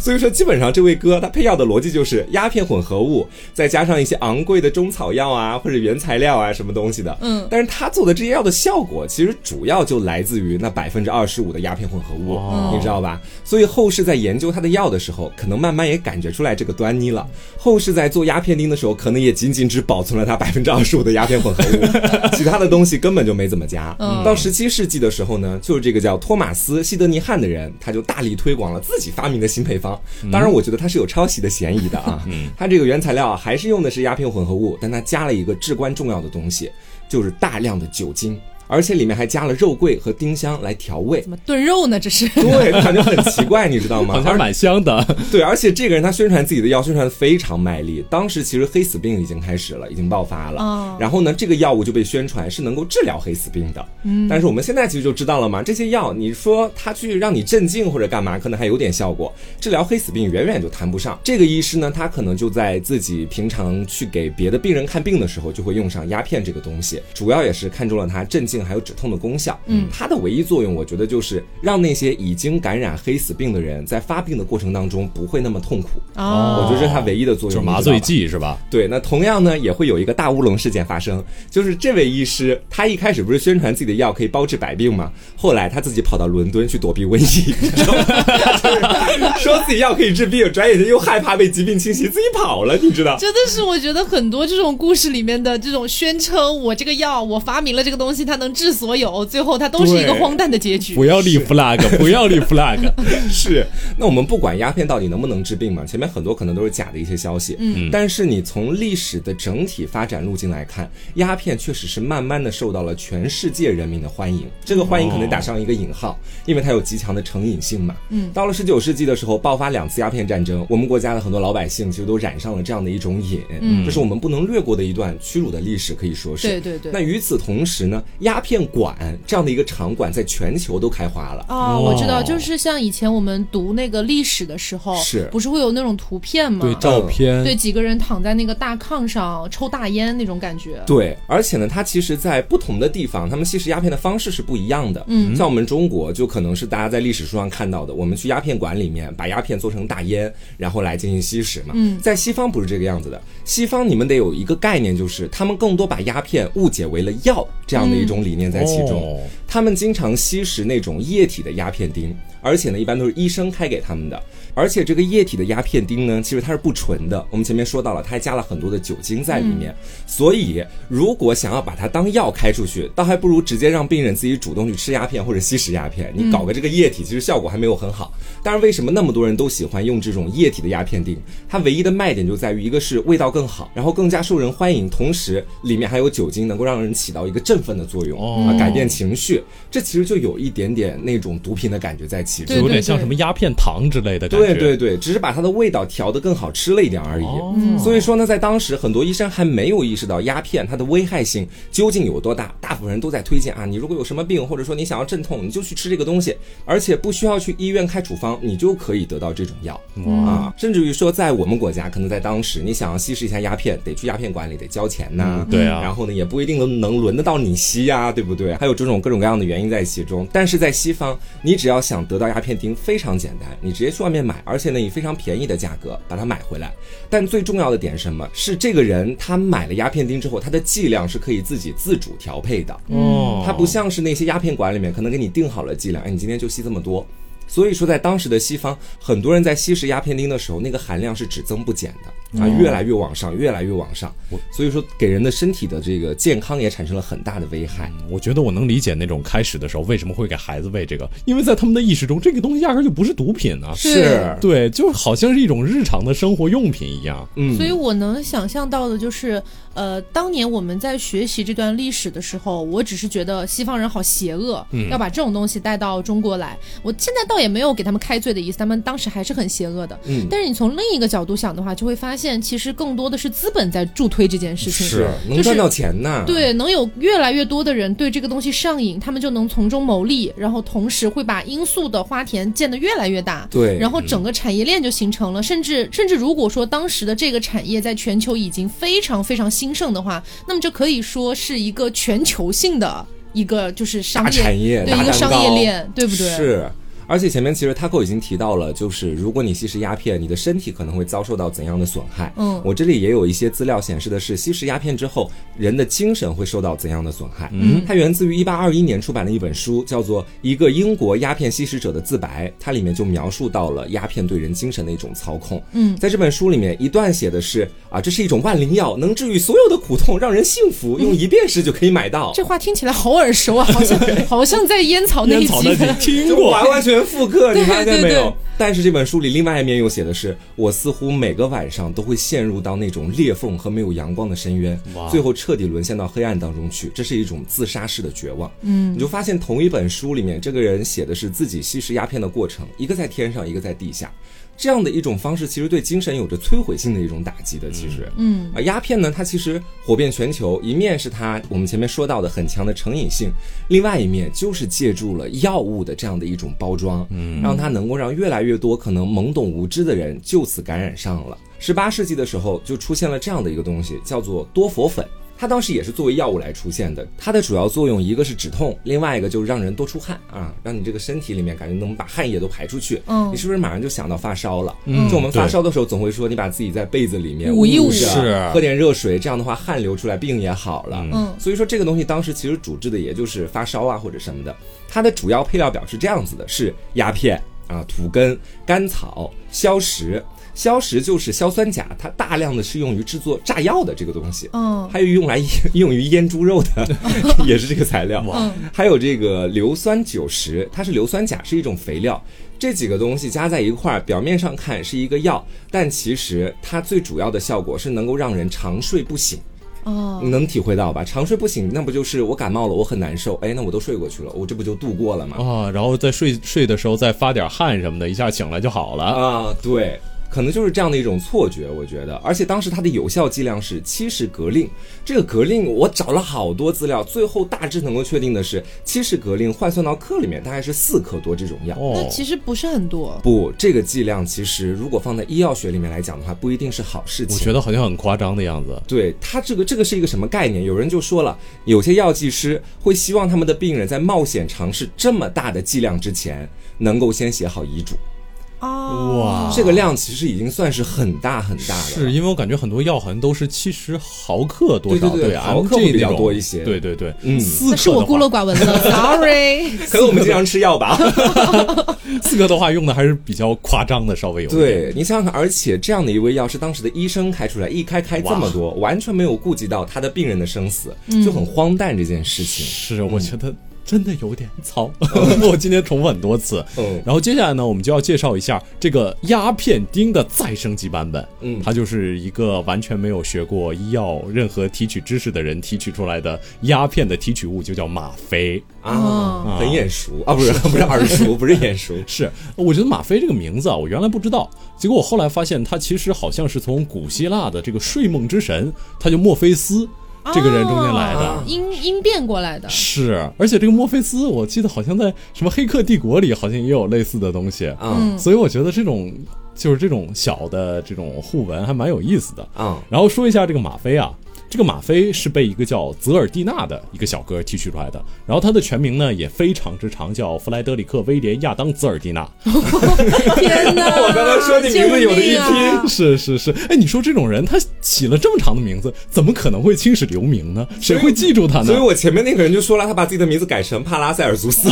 Speaker 3: 所以说，基本上这位哥他配药的逻辑就是鸦片混合物，再加上一些昂贵的中草药啊，或者原材料啊，什么东西的。
Speaker 2: 嗯
Speaker 3: 但是他做的这些药的效果，其实主要就来自于那百分之二十五的鸦片混合物，
Speaker 1: 哦
Speaker 3: 你知道吧？所以后世在研究他的药的时候，可能慢慢也感觉出来这个端倪了。后世在做鸦片钉的时候，可能也仅仅只保存了它百分之二十五的鸦片混合物， 其他的东西根本就没怎么加。
Speaker 2: 嗯
Speaker 3: 到十七世纪的时候呢，就是这个叫托马斯·西德尼汉的人，他就大力推广了自己发明的新配方。
Speaker 1: 嗯
Speaker 3: 当然，我觉得他是有抄袭的嫌疑的 啊。他这个原材料还是用的是鸦片混合物，但他加了一个至关重要的东西，就是大量的酒精。而且里面还加了肉桂和丁香来调 味
Speaker 2: 怎，么炖肉呢？这是。
Speaker 3: 对，感觉很奇怪，你知道吗？
Speaker 1: 好像蛮香的，
Speaker 3: 对，而且这个人他宣传自己的药宣传的非常卖力，当时其实黑死病已经开始了，已经爆发了。
Speaker 1: 嗯
Speaker 2: 哦
Speaker 3: 然后呢，这个药物就被宣传是能够治疗黑死病的。嗯，但是我们现在其实就知道了嘛，这些药你说它去让你镇静或者干嘛，可能还有点效果，治疗黑死病远远就谈不上。这个医师呢，他可能就在自己平常去给别的病人看病的时候，就会用上鸦片这个东西，主要也是看中了它镇静还有止痛的功效。嗯，它的唯一作用，我觉得就是让那些已经感染黑死病的人在发病的过程当中不会那么痛苦。
Speaker 2: 哦
Speaker 3: 我觉得这是它唯一的作
Speaker 1: 就
Speaker 3: 用，
Speaker 1: 是麻
Speaker 3: 你知道
Speaker 1: 醉
Speaker 3: 吧
Speaker 1: 剂是吧？
Speaker 3: 对，那同样呢，也会有一个大乌龙事件发生，就是这位医师，他一开始不是宣传自己的药可以包治百病吗？后来他自己跑到伦敦去躲避瘟疫， 你知道吗就是说自己药可以治病， 转眼间又害怕被疾病侵袭，自己跑了，你知道？
Speaker 2: 真的是，我觉得很多这种故事里面的这种宣称，我这个药，我发明了这个东西，它能治所有，最后它都是一个
Speaker 3: 对
Speaker 2: 荒诞的结 局
Speaker 1: 不。要立 flag，不要 立 flag。
Speaker 3: 是，那我们不管鸦片到底能不能治病嘛，前面很多可能都是假的一些消息，嗯，但是你从历史的整体发展路径来看，鸦片确实是慢慢的受到了全世界人民的欢迎，这个欢迎可能打上一个引号，因为它有极强的成瘾性嘛，嗯，到了十九世纪的时候爆发两次鸦片战争，我们国家的很多老百姓其实都染上了这样的一种瘾，嗯，这是我们不能略过的一段屈辱的历史，可以说是，
Speaker 2: 对对对
Speaker 3: 那与此同时呢，鸦鸦片馆这样的一个场馆在全球都开花了。
Speaker 2: 哦，
Speaker 1: 哦
Speaker 2: 我知道，就是像以前我们读那个历史的时候，
Speaker 3: 是
Speaker 2: 不是会有那种图片吗？
Speaker 1: 对
Speaker 3: 嗯
Speaker 1: 照片，
Speaker 2: 对，几个人躺在那个大炕上抽大烟那种感觉。
Speaker 3: 对，而且呢，它其实，在不同的地方，他们吸食鸦片的方式是不一样的。嗯，像我们中国，就可能是大家在历史书上看到的，我们去鸦片馆里面把鸦片做成大烟，然后来进行吸食嘛。嗯，在西方不是这个样子的，西方你们得有一个概念，就是他们更多把鸦片误解为了药这样的一种理念在其中。
Speaker 1: 哦
Speaker 3: 他们经常吸食那种液体的鸦片钉，而且呢，一般都是医生开给他们的。而且这个液体的鸦片钉呢，其实它是不纯的。我们前面说到了，它还加了很多的酒精在里面。所以，如果想要把它当药开出去，倒还不如直接让病人自己主动去吃鸦片或者吸食鸦片。你搞个这个液体，其实效果还没有很好。但是为什么那么多人都喜欢用这种液体的鸦片钉？它唯一的卖点就在于，一个是味道更好，然后更加受人欢迎，同时里面还有酒精，能够让人起到一个振奋的作用，
Speaker 1: 哦
Speaker 3: 啊，改变情绪。这其实就有一点点那种毒品的感觉在其中
Speaker 1: 就。有
Speaker 2: 对对
Speaker 1: 点像什么鸦片糖之类的感觉。
Speaker 3: 对对对，只是把它的味道调得更好吃了一点而已。
Speaker 1: 哦
Speaker 3: 所以说呢，在当时很多医生还没有意识到鸦片它的危害性究竟有多大，大部分人都在推荐啊，你如果有什么病，或者说你想要镇痛，你就去吃这个东西，而且不需要去医院开处方，你就可以得到这种药
Speaker 2: 嗯
Speaker 3: 啊。甚至于说，在我们国家，可能在当时你想要吸食一下鸦片，得去鸦片馆里得交钱呐、
Speaker 1: 嗯对啊
Speaker 3: 然后呢，也不一定能能轮得到你吸呀、对不对？还有这种各种各样的原因在其中。但是在西方，你只要想得到鸦片钉，非常简单，你直接去外面买，而且呢，以非常便宜的价格把它买回来。但最重要的点是什么？是这个人他买了鸦片钉之后，他的剂量是可以自己自主调配的。
Speaker 2: 嗯
Speaker 1: 哦，
Speaker 3: 它不像是那些鸦片馆里面可能给你定好了剂量，哎，你今天就吸这么多。所以说，在当时的西方，很多人在吸食鸦片钉的时候，那个含量是只增不减的啊，越来越往上，越来越往上。所以说，给人的身体的这个健康也产生了很大的危害。
Speaker 1: 我觉得我能理解那种开始的时候为什么会给孩子喂这个，因为在他们的意识中，这个东西压根儿就不是毒品啊，
Speaker 2: 是
Speaker 1: 对，就好像是一种日常的生活用品一样。
Speaker 3: 嗯，
Speaker 2: 所以我能想象到的就是，呃，当年我们在学习这段历史的时候，我只是觉得西方人好邪恶，要把这种东西带到中国来。我现在倒也没有给他们开罪的意思，他们当时还是很邪恶的。
Speaker 3: 嗯
Speaker 2: 但是你从另一个角度想的话，就会发现其实更多的是资本在助推这件事情。
Speaker 3: 是能
Speaker 2: 就
Speaker 3: 赚
Speaker 2: 是
Speaker 3: 到钱呐。。
Speaker 2: 对，能有越来越多的人对这个东西上瘾，他们就能从中牟利，然后同时会把罂粟的花田建得越来越大，
Speaker 3: 对
Speaker 1: 嗯
Speaker 2: 然后整个产业链就形成了。甚至甚至如果说当时的这个产业在全球已经非常非常兴盛的话，那么这可以说是一个全球性的一个就是商
Speaker 3: 大
Speaker 2: 业
Speaker 3: 产业
Speaker 2: 对
Speaker 3: 大
Speaker 2: 一个
Speaker 3: 蛋
Speaker 2: 商
Speaker 3: 糕
Speaker 2: 业链，对不对？
Speaker 3: 是。而且前面其实 Taco 已经提到了，就是如果你吸食鸦片，你的身体可能会遭受到怎样的损害？
Speaker 2: 嗯
Speaker 3: 我这里也有一些资料显示的是，吸食鸦片之后，人的精神会受到怎样的损害？嗯，它源自于1821年出版的一本书，叫做《一个英国鸦片吸食者的自白》，它里面就描述到了鸦片对人精神的一种操控。嗯，在这本书里面一段写的是啊，这是一种万灵药，能治愈所有的苦痛，让人幸福，用一便士就可以买到。
Speaker 2: 这话听起来好耳熟啊，好像好像在烟草哦那一
Speaker 1: 烟
Speaker 2: 集
Speaker 1: 草那 你听
Speaker 3: 就
Speaker 1: 过，
Speaker 3: 完完全复刻，你发现
Speaker 2: 对
Speaker 3: 没
Speaker 2: 对
Speaker 3: 有？但是这本书里另外一面有写的是，我似乎每个晚上都会陷入到那种裂缝和没有阳光的深渊
Speaker 1: 哇，
Speaker 3: 最后彻底沦陷到黑暗当中去。这是一种自杀式的绝望。嗯，你就发现同一本书里面，这个人写的是自己吸食鸦片的过程，一个在天上，一个在地下。这样的一种方式，其实对精神有着摧毁性的一种打击的。其实，嗯，啊，鸦片呢，它其实火遍全球，一面是它我们前面说到的很强的成瘾性，另外一面就是借助了药物的这样的一种包装，嗯，让它能够让越来越多可能懵懂无知的人就此感染上了。十八世纪的时候，就出现了这样的一个东西，叫做多佛粉。它当时也是作为药物来出现的，它的主要作用一个是止痛，另外一个就是让人多出汗啊，让你这个身体里面感觉能把汗液都排出去。
Speaker 2: 嗯
Speaker 3: 你是不是马上就想到发烧了？嗯就我们发烧的时候总会说你把自己在被子里面
Speaker 2: 捂一捂
Speaker 3: 捂着
Speaker 1: 是
Speaker 3: 喝点热水，这样的话汗流出来，病也好了。
Speaker 2: 嗯
Speaker 3: 所以说这个东西当时其实主治的也就是发烧啊或者什么的，它的主要配料表是这样子的，是鸦片啊、土根、甘草、硝石。硝石就是硝酸钾，它大量的是用于制作炸药的这个东西。
Speaker 2: 嗯
Speaker 3: 还有用来用于腌猪肉 的，也是这个材料。
Speaker 2: 嗯
Speaker 3: 还有这个硫酸九十，它是硫酸钾，是一种肥料。这几个东西加在一块儿，表面上看是一个药，但其实它最主要的效果是能够让人长睡不醒。
Speaker 2: 哦
Speaker 3: 你能体会到吧？长睡不醒，那不就是我感冒了，我很难受，哎，那我都睡过去了，我这不就度过了吗？
Speaker 1: 啊，然后在睡睡的时候再发点汗什么的，一下醒来就好了。
Speaker 3: 啊，对。可能就是这样的一种错觉，我觉得。而且当时它的有效剂量是七十格令，这个格令我找了好多资料，最后大致能够确定的是七十格令换算到克里面大概是四克多这种药。
Speaker 1: 哦
Speaker 2: 那，其实不是很多，
Speaker 3: 不，这个剂量其实如果放在医药学里面来讲的话，不一定是好事
Speaker 1: 我
Speaker 3: 情。
Speaker 1: 觉得好像很夸张的样子。
Speaker 3: 对他这个这个是一个什么概念？有人就说了，有些药剂师会希望他们的病人在冒险尝试这么大的剂量之前，能够先写好遗嘱。
Speaker 2: 哦，
Speaker 1: 哇
Speaker 3: 这个量其实已经算是很大很大的
Speaker 1: 啊是
Speaker 3: 了。
Speaker 1: 因为我感觉很多药好像都是七十毫克多少，
Speaker 3: 对对对
Speaker 1: 啊
Speaker 3: 毫
Speaker 1: MG
Speaker 3: 克会比较
Speaker 1: 那种
Speaker 3: 多一些
Speaker 1: 对对对，
Speaker 3: 嗯
Speaker 1: 四
Speaker 2: 那
Speaker 1: 克
Speaker 2: 是我
Speaker 1: 的
Speaker 2: 孤
Speaker 1: 话
Speaker 2: 陋寡闻了 ，sorry。
Speaker 3: 可能我们经常吃药吧？
Speaker 1: 四克的话用的还是比较夸张的，稍微有一点
Speaker 3: 对你想想看，而且这样的一味药是当时的医生开出来，一开开这么多，完全没有顾及到他的病人的生死，就很荒诞这件事情。
Speaker 1: 是，我觉得真的有点 糙。我今天重复很多次。
Speaker 3: 嗯
Speaker 1: 然后接下来呢，我们就要介绍一下这个鸦片丁的再升级版本。
Speaker 3: 嗯
Speaker 1: 它就是一个完全没有学过医药任何提取知识的人提取出来的鸦片的提取物，就叫吗啡。
Speaker 2: 哦
Speaker 3: 啊，很眼熟啊，不是 不是耳熟，不是眼熟。
Speaker 1: 是，我觉得吗啡这个名字啊，我原来不知道，结果我后来发现，它其实好像是从古希腊的这个睡梦之神，他就墨菲斯这个人中间来的。
Speaker 3: 哦
Speaker 2: 音音变过来的，
Speaker 1: 是，而且这个墨菲斯，我记得好像在什么《黑客帝国》里，好像也有类似的东西。
Speaker 3: 啊、
Speaker 1: 所以我觉得这种就是这种小的这种互文还蛮有意思的。
Speaker 3: 啊，
Speaker 1: 然后说一下这个吗啡啊，这个吗啡是被一个叫泽尔蒂纳的一个小哥提取出来的，然后他的全名呢也非常之长，叫弗莱德里克·威廉·亚当·泽尔蒂纳。
Speaker 2: 天哪！
Speaker 3: 我 刚才说你名字有的
Speaker 2: 救
Speaker 3: 一
Speaker 2: 命啊
Speaker 3: 拼
Speaker 1: 是是是，哎，你说这种人他起了这么长的名字，怎么可能会青史留名呢？谁会记住他呢？
Speaker 3: 所以我前面那个人就说了，他把自己的名字改成帕拉塞尔苏 斯，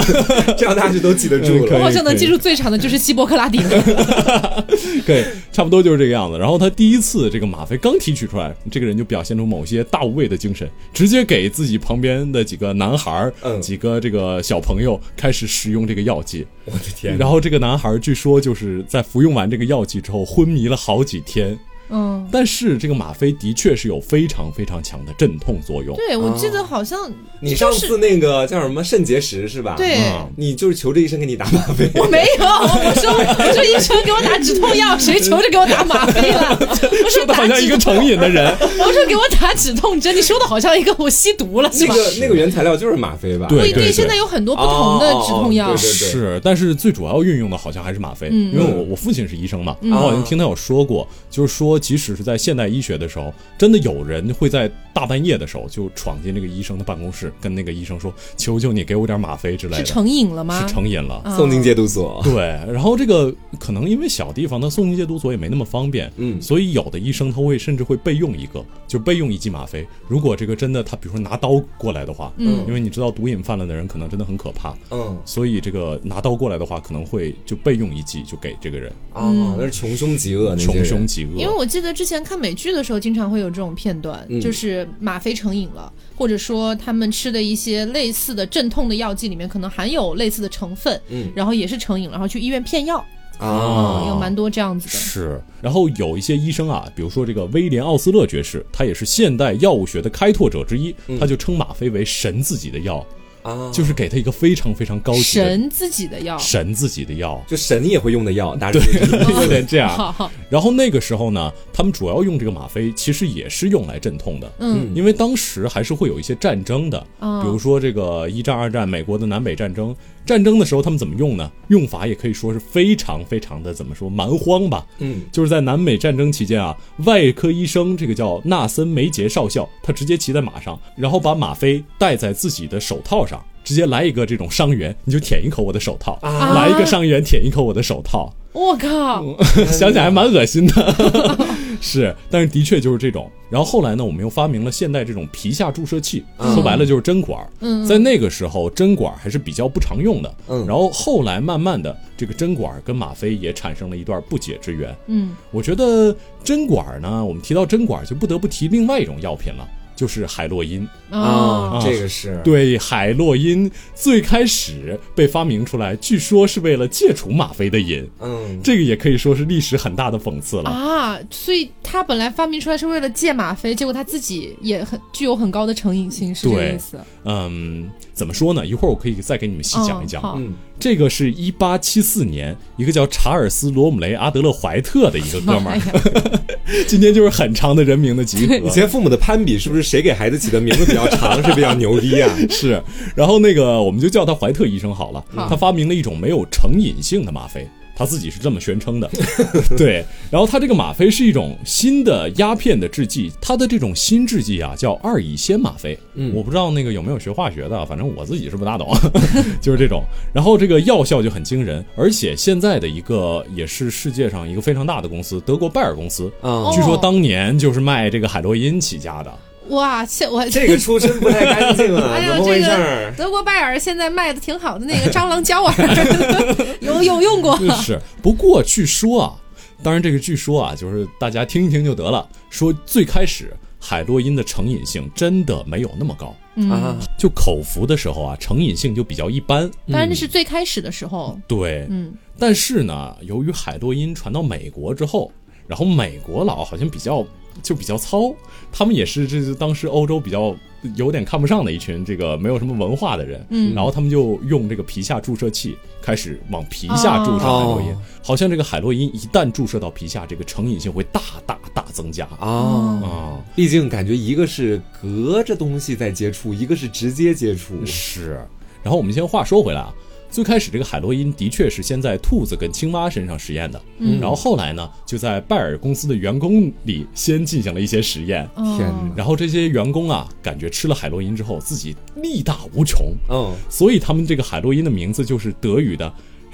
Speaker 3: 这样大家就都记得住
Speaker 1: 嗯可
Speaker 2: 我
Speaker 1: 以
Speaker 3: 了。
Speaker 2: 好像能记住最长的就是希波克拉底 了。
Speaker 1: 对，差不多就是这个样子。然后他第一次这个吗啡刚提取出来，这个人就表现出某些大无畏的精神，直接给自己旁边的几个男孩儿、
Speaker 3: 嗯
Speaker 1: 几个这个小朋友开始使用这个药剂。
Speaker 3: 我的天
Speaker 1: 然后这个男孩儿据说就是在服用完这个药剂之后昏迷了好几天。
Speaker 2: 嗯，
Speaker 1: 但是这个吗啡的确是有非常非常强的镇痛作用。
Speaker 2: 对，我记得好像
Speaker 3: 哦你
Speaker 2: 就
Speaker 3: 上
Speaker 2: 是
Speaker 3: 次那个叫什么肾结石是吧？啊
Speaker 2: 对。
Speaker 1: 嗯
Speaker 3: 你就是求着医生给你打吗 啡。
Speaker 2: 我没有，我说我说医生给我打止痛药，谁求着给我打吗啡了？我
Speaker 1: 说
Speaker 2: 说
Speaker 1: 的
Speaker 2: 打
Speaker 1: 好像一个
Speaker 2: 止痛，
Speaker 1: 成瘾的人，
Speaker 2: 我说给我打止痛针，你说的好像一个我吸毒了是
Speaker 3: 那
Speaker 2: 吧？
Speaker 3: 个那个原材料就是吗啡吧？
Speaker 1: 对
Speaker 2: 不一定，
Speaker 1: 对
Speaker 2: 现在有很多不同的止痛药
Speaker 3: 哦哦哦。对对
Speaker 1: 是，但是最主要运用的好像还是吗啡，
Speaker 2: 嗯
Speaker 1: 因为我我父亲是医生嘛，我好像听他有说过，就是说即使是在现代医学的时候，真的有人会在大半夜的时候就闯进那个医生的办公室，跟那个医生说：“求求你给我点吗啡之类
Speaker 2: 是
Speaker 1: 的。”
Speaker 2: 成瘾了吗？
Speaker 1: 是成瘾了。
Speaker 2: 啊
Speaker 3: 宋金戒毒所。
Speaker 1: 对，然后这个可能因为小地方，它送进戒毒所也没那么方便，
Speaker 3: 嗯
Speaker 1: 所以有的医生他会甚至会备用一个，就备用一剂吗啡。如果这个真的他，比如说拿刀过来的话，
Speaker 2: 嗯
Speaker 1: 因为你知道毒瘾犯了的人可能真的很可怕，
Speaker 3: 嗯
Speaker 1: 所以这个拿刀过来的话，可能会就备用一剂就给这个人，
Speaker 3: 啊，
Speaker 2: 嗯
Speaker 3: 那是穷凶极恶，那些
Speaker 1: 穷
Speaker 3: 人
Speaker 1: 凶极恶。
Speaker 2: 因为我记得之前看美剧的时候，经常会有这种片段，
Speaker 3: 嗯
Speaker 2: 就是吗啡成瘾了，或者说他们吃的一些类似的镇痛的药剂里面可能含有类似的成分，
Speaker 3: 嗯
Speaker 2: 然后也是成瘾了，然后去医院骗药，嗯
Speaker 3: 啊，
Speaker 2: 有蛮多这样子的。
Speaker 1: 是，然后有一些医生啊，比如说这个威廉·奥斯勒爵士，他也是现代药物学的开拓者之一，他就称吗啡为神自己的药，
Speaker 3: 嗯啊，
Speaker 1: 就是给他一个非常非常高级的
Speaker 2: 神自己的药，
Speaker 1: 神自己的药，
Speaker 3: 就神也会用的药，打对，
Speaker 2: 哦
Speaker 1: 有点这 样。
Speaker 2: 好好，
Speaker 1: 然后那个时候呢，他们主要用这个吗啡，其实也是用来镇痛的。
Speaker 2: 嗯，
Speaker 1: 因为当时还是会有一些战争的，
Speaker 2: 嗯
Speaker 1: 比如说这个一战、二战，美国的南北战争。战争的时候他们怎么用呢？用法也可以说是非常非常的怎么说蛮荒吧。
Speaker 3: 嗯，
Speaker 1: 就是在南美战争期间啊，外科医生这个叫纳森梅杰少校，他直接骑在马上，然后把吗啡戴在自己的手套上，直接来一个这种伤员，你就舔一口我的手套，
Speaker 3: 啊
Speaker 1: 来一个伤员舔一口我的手套。
Speaker 2: 我靠，
Speaker 1: 嗯 想想还蛮恶心的。 是，但是的确就是这种。然后后来呢，我们又发明了现代这种皮下注射器，说白了就是针管儿。
Speaker 2: 嗯
Speaker 1: 在那个时候，针管儿还是比较不常用的。
Speaker 3: 嗯
Speaker 1: 然后后来慢慢的，这个针管儿跟吗啡也产生了一段不解之缘。
Speaker 2: 嗯，
Speaker 1: 我觉得针管儿呢，我们提到针管儿就不得不提另外一种药品了。就是海洛因，啊
Speaker 2: 哦，
Speaker 3: 啊这个是
Speaker 1: 对，海洛因最开始被发明出来，据说是为了戒除吗啡的瘾。
Speaker 3: 嗯，
Speaker 1: 这个也可以说是历史很大的讽刺了。
Speaker 2: 啊，所以他本来发明出来是为了戒吗啡，结果他自己也很具有很高的成瘾性，是这个
Speaker 1: 对
Speaker 2: 意思。
Speaker 1: 嗯，怎么说呢？一会儿我可以再给你们细讲一讲。
Speaker 2: 嗯好
Speaker 3: 嗯
Speaker 1: 这个是一八七四年，一个叫查尔斯·罗姆雷·阿德勒怀特的一个哥们
Speaker 2: 哎
Speaker 1: 儿。 今天就是很长的人名的集合
Speaker 3: 以。前父母的攀比是不是谁给孩子起的名字比较长是比较牛逼啊？
Speaker 1: 是，然后那个我们就叫他怀特医生好了。
Speaker 2: 好
Speaker 1: 他发明了一种没有成瘾性的吗啡，他自己是这么宣称的。 对，然后他这个吗啡是一种新的鸦片的制剂，它的这种新制剂啊叫二乙酰吗啡。嗯，我不知道那个有没有学化学的，反正我自己是不大懂， 就是这种。然后这个药效就很惊人，而且现在的一个也是世界上一个非常大的公司，德国拜尔公司。
Speaker 3: 啊、
Speaker 1: 据说当年就是卖这个海洛因起家的，
Speaker 2: 哇，这我
Speaker 3: 这个出身不太干净啊，
Speaker 2: 哎
Speaker 3: 怎
Speaker 2: 呀，
Speaker 3: 么回
Speaker 2: 这
Speaker 3: 事
Speaker 2: 个
Speaker 3: 儿？
Speaker 2: 德国拜耳现在卖的挺好的那个蟑螂胶饵，有有用过，
Speaker 1: 是，不过据说啊，当然这个据说啊，就是大家听一听就得了。说最开始海洛因的成瘾性真的没有那么高，
Speaker 2: 嗯
Speaker 3: 啊，
Speaker 1: 就口服的时候啊，成瘾性就比较一般。
Speaker 2: 当
Speaker 3: 嗯
Speaker 2: 然那是最开始的时候，
Speaker 1: 对，
Speaker 2: 嗯，
Speaker 1: 但是呢，由于海洛因传到美国之后，然后美国佬好像比较就比较糙，他们也是这是当时欧洲比较有点看不上的一群这个没有什么文化的人，
Speaker 2: 嗯
Speaker 1: 然后他们就用这个皮下注射器开始往皮下注射海洛因，
Speaker 3: 哦
Speaker 1: 好像这个海洛因一旦注射到皮下，这个成瘾性会大大大增加啊。
Speaker 3: 啊，毕竟感觉一个是隔着东西在接触，一个是直接接触。
Speaker 1: 是。然后我们先话说回来啊，最开始这个海洛因的确是先在兔子跟青蛙身上实验的，嗯，然后后来呢，就在拜耳公司的员工里先进行了一些实验。
Speaker 2: 哦
Speaker 3: 天哪！
Speaker 1: 然后这些员工啊，感觉吃了海洛因之后自己力大无穷，
Speaker 3: 嗯，
Speaker 1: 所以他们这个海洛因的名字就是德语的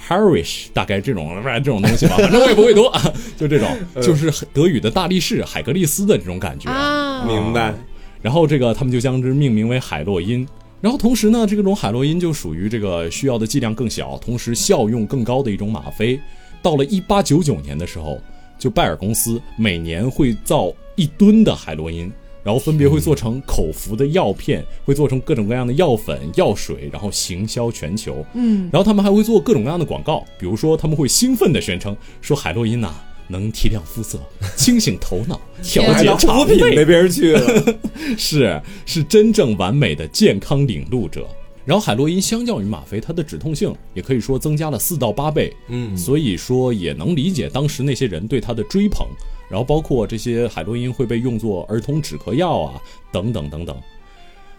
Speaker 1: Harish，大概这种这种东西吧，反正我也不会读，啊，就这种，就是德语的大力士、海格力斯的这种感觉
Speaker 2: 啊，
Speaker 3: 明白。
Speaker 1: 然后这个他们就将之命名为海洛因。然后同时呢，这种海洛因就属于这个需要的剂量更小，同时效用更高的一种吗啡。到了一八九九年的时候，就拜耳公司每年会造一吨的海洛因，然后分别会做成口服的药片，会做成各种各样的药粉、药水，然后行销全球。
Speaker 2: 嗯，
Speaker 1: 然后他们还会做各种各样的广告，比如说他们会兴奋地宣称说海洛因呐、能提亮肤色、清醒头脑、调
Speaker 2: 天啊
Speaker 3: 还
Speaker 1: 节
Speaker 3: 到
Speaker 1: 肠
Speaker 3: 护肤
Speaker 1: 胃
Speaker 3: 品那边去了。
Speaker 1: 是是真正完美的健康领路者。然后海洛因相较于吗啡，它的止痛性也可以说增加了四到八倍，
Speaker 3: 嗯
Speaker 1: 所以说也能理解当时那些人对它的追捧。然后包括这些海洛因会被用作儿童止咳药啊，等等等等。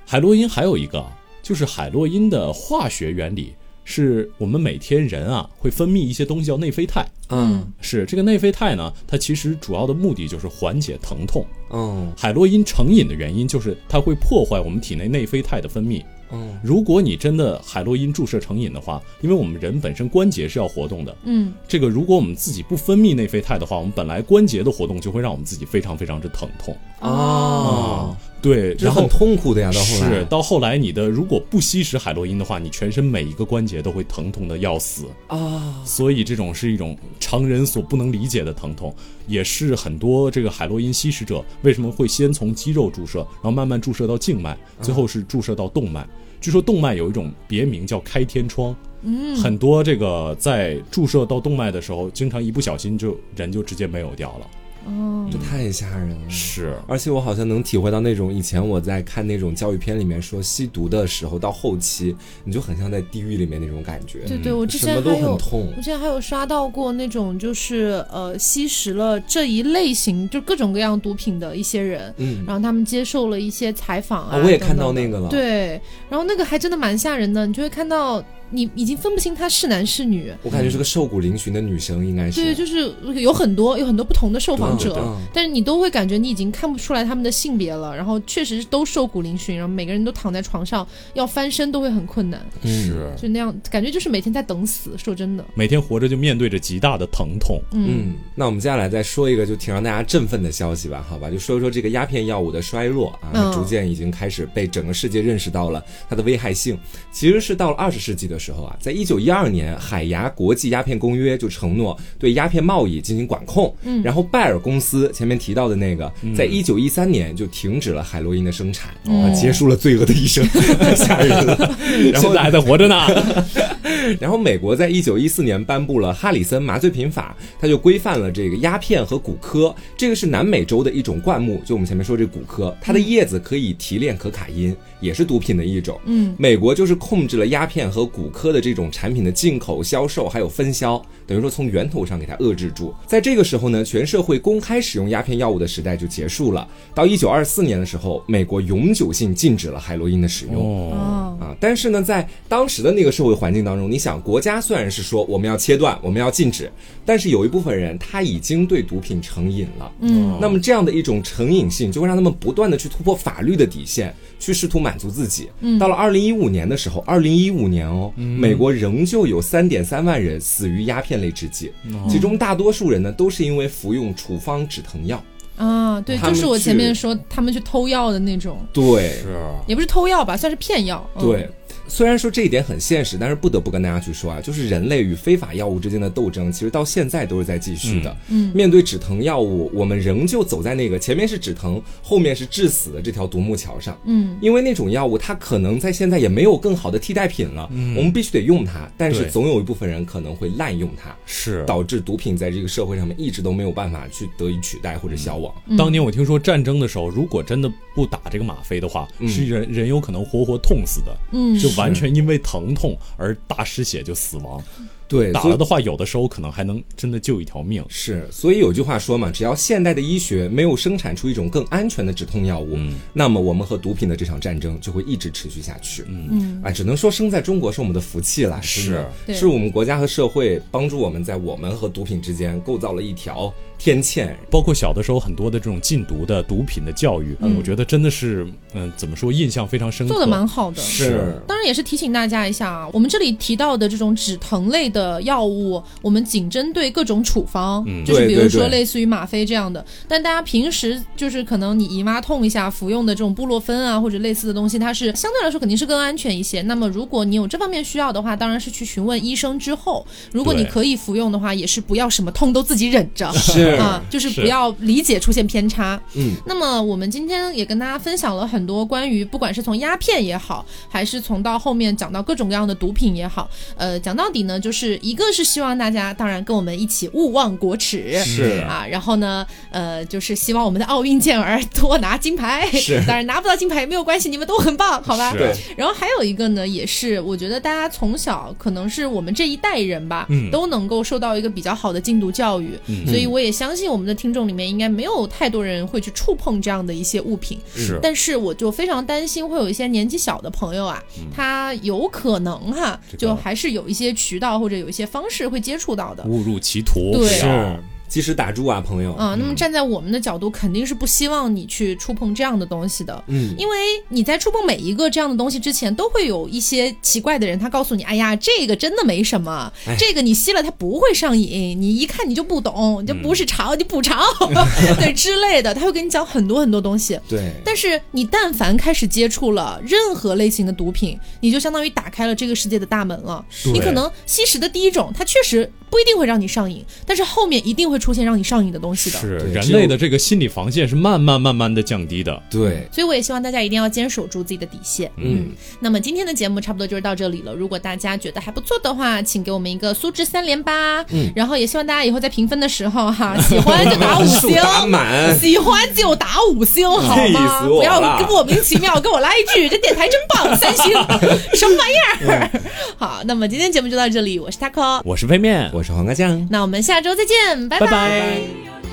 Speaker 1: 海洛因还有一个啊就是海洛因的化学原理是我们每天人啊会分泌一些东西叫内啡肽，
Speaker 3: 嗯
Speaker 1: 是这个内啡肽呢，它其实主要的目的就是缓解疼痛。
Speaker 3: 嗯
Speaker 1: 海洛因成瘾的原因就是它会破坏我们体内内啡肽的分泌。
Speaker 3: 嗯，
Speaker 1: 如果你真的海洛因注射成瘾的话，因为我们人本身关节是要活动的，
Speaker 2: 嗯，
Speaker 1: 这个如果我们自己不分泌内啡肽的话，我们本来关节的活动就会让我们自己非常非常之疼痛。
Speaker 3: 哦，
Speaker 1: 对，
Speaker 3: 这
Speaker 1: 然
Speaker 3: 很
Speaker 1: 后
Speaker 3: 痛苦的啊呀，到后来
Speaker 1: 是到后来你的如果不吸食海洛因的话，你全身每一个关节都会疼痛的要死。
Speaker 3: 啊，
Speaker 1: 所以这种是一种常人所不能理解的疼痛，也是很多这个海洛因吸食者为什么会先从肌肉注射，然后慢慢注射到静脉，最后是注射到动脉。据说动脉有一种别名叫开天窗，嗯，很多这个在注射到动脉的时候，经常一不小心就人就直接没有掉了。
Speaker 3: 这太吓人了。
Speaker 1: 是，
Speaker 3: 而且我好像能体会到那种以前我在看那种教育片里面说吸毒的时候，到后期你就很像在地狱里面那种感觉，
Speaker 2: 对对，我之
Speaker 3: 什
Speaker 2: 前
Speaker 3: 么都
Speaker 2: 还
Speaker 3: 很
Speaker 2: 有。
Speaker 3: 痛
Speaker 2: 我之前还有刷到过那种，就是呃，吸食了这一类型，就各种各样毒品的一些人，
Speaker 3: 嗯
Speaker 2: 然后他们接受了一些采访啊，
Speaker 3: 啊！我也
Speaker 2: 等
Speaker 3: 看到
Speaker 2: 等的
Speaker 3: 那个了，
Speaker 2: 对，然后那个还真的蛮吓人的，你就会看到你已经分不清他是男是女，
Speaker 3: 我感觉是个瘦骨嶙峋的女生，应该是嗯
Speaker 2: 对，就是有很多有很多不同的受访
Speaker 3: 对对对
Speaker 2: 者，但是你都会感觉你已经看不出来他们的性别了，然后确实是都瘦骨嶙峋，然后每个人都躺在床上，要翻身都会很困难，
Speaker 3: 嗯
Speaker 1: 是，
Speaker 2: 就那样感觉就是每天在等死。说真的，
Speaker 1: 每天活着就面对着极大的疼痛。
Speaker 3: 嗯，那我们接下来再说一个就挺让大家振奋的消息吧，好吧，就说一说这个鸦片药物的衰落啊，
Speaker 2: 嗯
Speaker 3: 逐渐已经开始被整个世界认识到了它的危害性。其实是到了二十世纪的时候啊，在一九一二年，海牙国际鸦片公约就承诺对鸦片贸易进行管控。嗯，然后拜耳公司前面提到的那个，在一九一三年就停止了海洛因的哦 生产，啊，结束了罪恶的一生，太吓人了。然后
Speaker 1: 现在还在活着呢，
Speaker 3: 然后美国在一九一四年颁布了《哈里森麻醉品法》，它就规范了这个鸦片和古柯，这个是南美洲的一种灌木，就我们前面说这古柯，它的叶子可以提炼可卡因，也是毒品的一种。
Speaker 2: 嗯，
Speaker 3: 美国就是控制了鸦片和古柯的这种产品的进口、销售还有分销，等于说从源头上给它遏制住。在这个时候呢，全社会公开使用鸦片药物的时代就结束了。到一九二四年的时候，美国永久性禁止了海洛因的使用。
Speaker 1: 哦，
Speaker 2: 哦，
Speaker 3: 啊，但是呢，在当时的那个社会环境当中，你想，国家虽然是说我们要切断，我们要禁止，但是有一部分人他已经对毒品成瘾了。
Speaker 2: 嗯，
Speaker 3: 那么这样的一种成瘾性，就会让他们不断的去突破法律的底线，去试图满足自己。嗯，到了二零一五年的时候，二零一五年哦，美国仍旧有三点三万人死于鸦片类制剂，其中大多数人呢都是因为服用处方止疼药。
Speaker 2: 啊，对，
Speaker 3: 他
Speaker 2: 就
Speaker 3: 们
Speaker 2: 是我前面
Speaker 3: 去
Speaker 2: 说他们去偷药的那种，
Speaker 3: 对，
Speaker 1: 是，
Speaker 2: 也不是偷药吧，算是骗药。嗯，
Speaker 3: 对，虽然说这一点很现实，但是不得不跟大家去说啊，就是人类与非法药物之间的斗争，其实到现在都是在继续的。
Speaker 2: 嗯
Speaker 3: 面对止疼药物，我们仍旧走在那个前面是止疼，后面是致死的这条独木桥上。
Speaker 2: 嗯，
Speaker 3: 因为那种药物它可能在现在也没有更好的替代品了，我们必须得用它，但是
Speaker 1: 对
Speaker 3: 总有一部分人可能会滥用它。
Speaker 1: 是。
Speaker 3: 导致毒品在这个社会上面一直都没有办法去得以取代或者消
Speaker 2: 嗯
Speaker 3: 亡。
Speaker 1: 当年我听说战争的时候，如果真的不打这个吗啡的话，
Speaker 3: 嗯
Speaker 1: 是人人有可能活活痛死的，
Speaker 2: 嗯
Speaker 1: 就完全因为疼痛而大失血就死亡。
Speaker 3: 对，
Speaker 1: 打
Speaker 3: 所以
Speaker 1: 了的话，有的时候可能还能真的救一条命。
Speaker 3: 是，所以有句话说嘛，只要现代的医学没有生产出一种更安全的止痛药物，那么我们和毒品的这场战争就会一直持续下去。嗯，啊，只能说生在中国是我们的福气啦，
Speaker 1: 是
Speaker 3: 真的
Speaker 2: 对
Speaker 3: 是我们国家和社会帮助我们在我们和毒品之间构造了一条天堑。
Speaker 1: 包括小的时候很多的这种禁毒的毒品的教育，我觉得真的是，嗯，怎么说，印象非常深刻。
Speaker 2: 做的蛮好的。
Speaker 1: 是
Speaker 2: 当然也是提醒大家一下啊，我们这里提到的这种止疼类的药物，我们仅针对各种处方，就是
Speaker 3: 嗯对
Speaker 2: 比如
Speaker 3: 对
Speaker 2: 说
Speaker 3: 对
Speaker 2: 类似于吗啡这样的。但大家平时就是可能你姨妈痛一下服用的这种布洛芬啊或者类似的东西，它是相对来说肯定是更安全一些。那么如果你有这方面需要的话，当然是去询问医生之后，如果你
Speaker 1: 对
Speaker 2: 可以服用的话，也是不要什么痛都自己忍着。
Speaker 3: 是
Speaker 2: 啊，就是
Speaker 1: 是
Speaker 2: 不要理解出现偏差。
Speaker 3: 嗯，
Speaker 2: 那么我们今天也跟大家分享了很多关于不管是从鸦片也好，还是从到后面讲到各种各样的毒品也好，呃，讲到底呢，就是一个是希望大家当然跟我们一起勿忘国耻。
Speaker 3: 是
Speaker 2: 啊，然后呢，呃，就是希望我们的奥运健儿多拿 金牌，
Speaker 3: 是
Speaker 2: 当然拿不到金牌也没有关系，你们都很棒，好吧？
Speaker 1: 是
Speaker 3: 对，
Speaker 2: 然后还有一个呢，也是我觉得大家从小可能是我们这一代人吧，
Speaker 1: 嗯
Speaker 2: 都能够受到一个比较好的禁毒教育，
Speaker 1: 嗯
Speaker 2: 所以我也相信我们的听众里面应该没有太多人会去触碰这样的一些物品。
Speaker 1: 是，
Speaker 2: 但是我就非常担心会有一些年纪小的朋友啊，他有可能哈、
Speaker 1: 嗯这个
Speaker 2: 就还是有一些渠道或者有一些方式会接触到的。
Speaker 1: 误入歧途。
Speaker 2: 对
Speaker 1: 是
Speaker 3: 是，及时打住啊，朋友。
Speaker 2: 啊、那么站在我们的角度，肯定是不希望你去触碰这样的东西的。
Speaker 3: 嗯，
Speaker 2: 因为你在触碰每一个这样的东西之前，都会有一些奇怪的人，他告诉你，哎呀，这个真的没什么，这个你吸了它不会上瘾，你一看你就不懂，你就不是潮，你补潮， 对之类的，他会跟你讲很多很多东西。
Speaker 3: 对，
Speaker 2: 但是你但凡开始接触了任何类型的毒品，你就相当于打开了这个世界的大门了。你可能吸食的第一种，它确实不一定会让你上瘾，但是后面一定会出现让你上瘾的东西的。
Speaker 1: 是
Speaker 3: 对
Speaker 1: 人
Speaker 3: 只有
Speaker 1: 类的这个心理防线是慢慢慢慢的降低的。
Speaker 3: 对，
Speaker 2: 所以我也希望大家一定要坚守住自己的底线。
Speaker 3: 嗯，
Speaker 2: 那么今天的节目差不多就是到这里了。如果大家觉得还不错的话，请给我们一个苏值三连吧。嗯，然后也希望大家以后在评分的时候哈，喜欢就打五
Speaker 3: 数
Speaker 2: 星。
Speaker 3: 打满。
Speaker 2: 喜欢就打五星好吗？
Speaker 3: 哎气死我了
Speaker 2: 不要跟莫名其妙跟我来一句这电台真棒三 星，什么玩意儿？好，那么今天节目就到这里，我是 taco，
Speaker 1: 我是飞面，
Speaker 3: 我是黄瓜酱。
Speaker 2: 那我们下周再见，拜
Speaker 1: 拜拜
Speaker 4: 「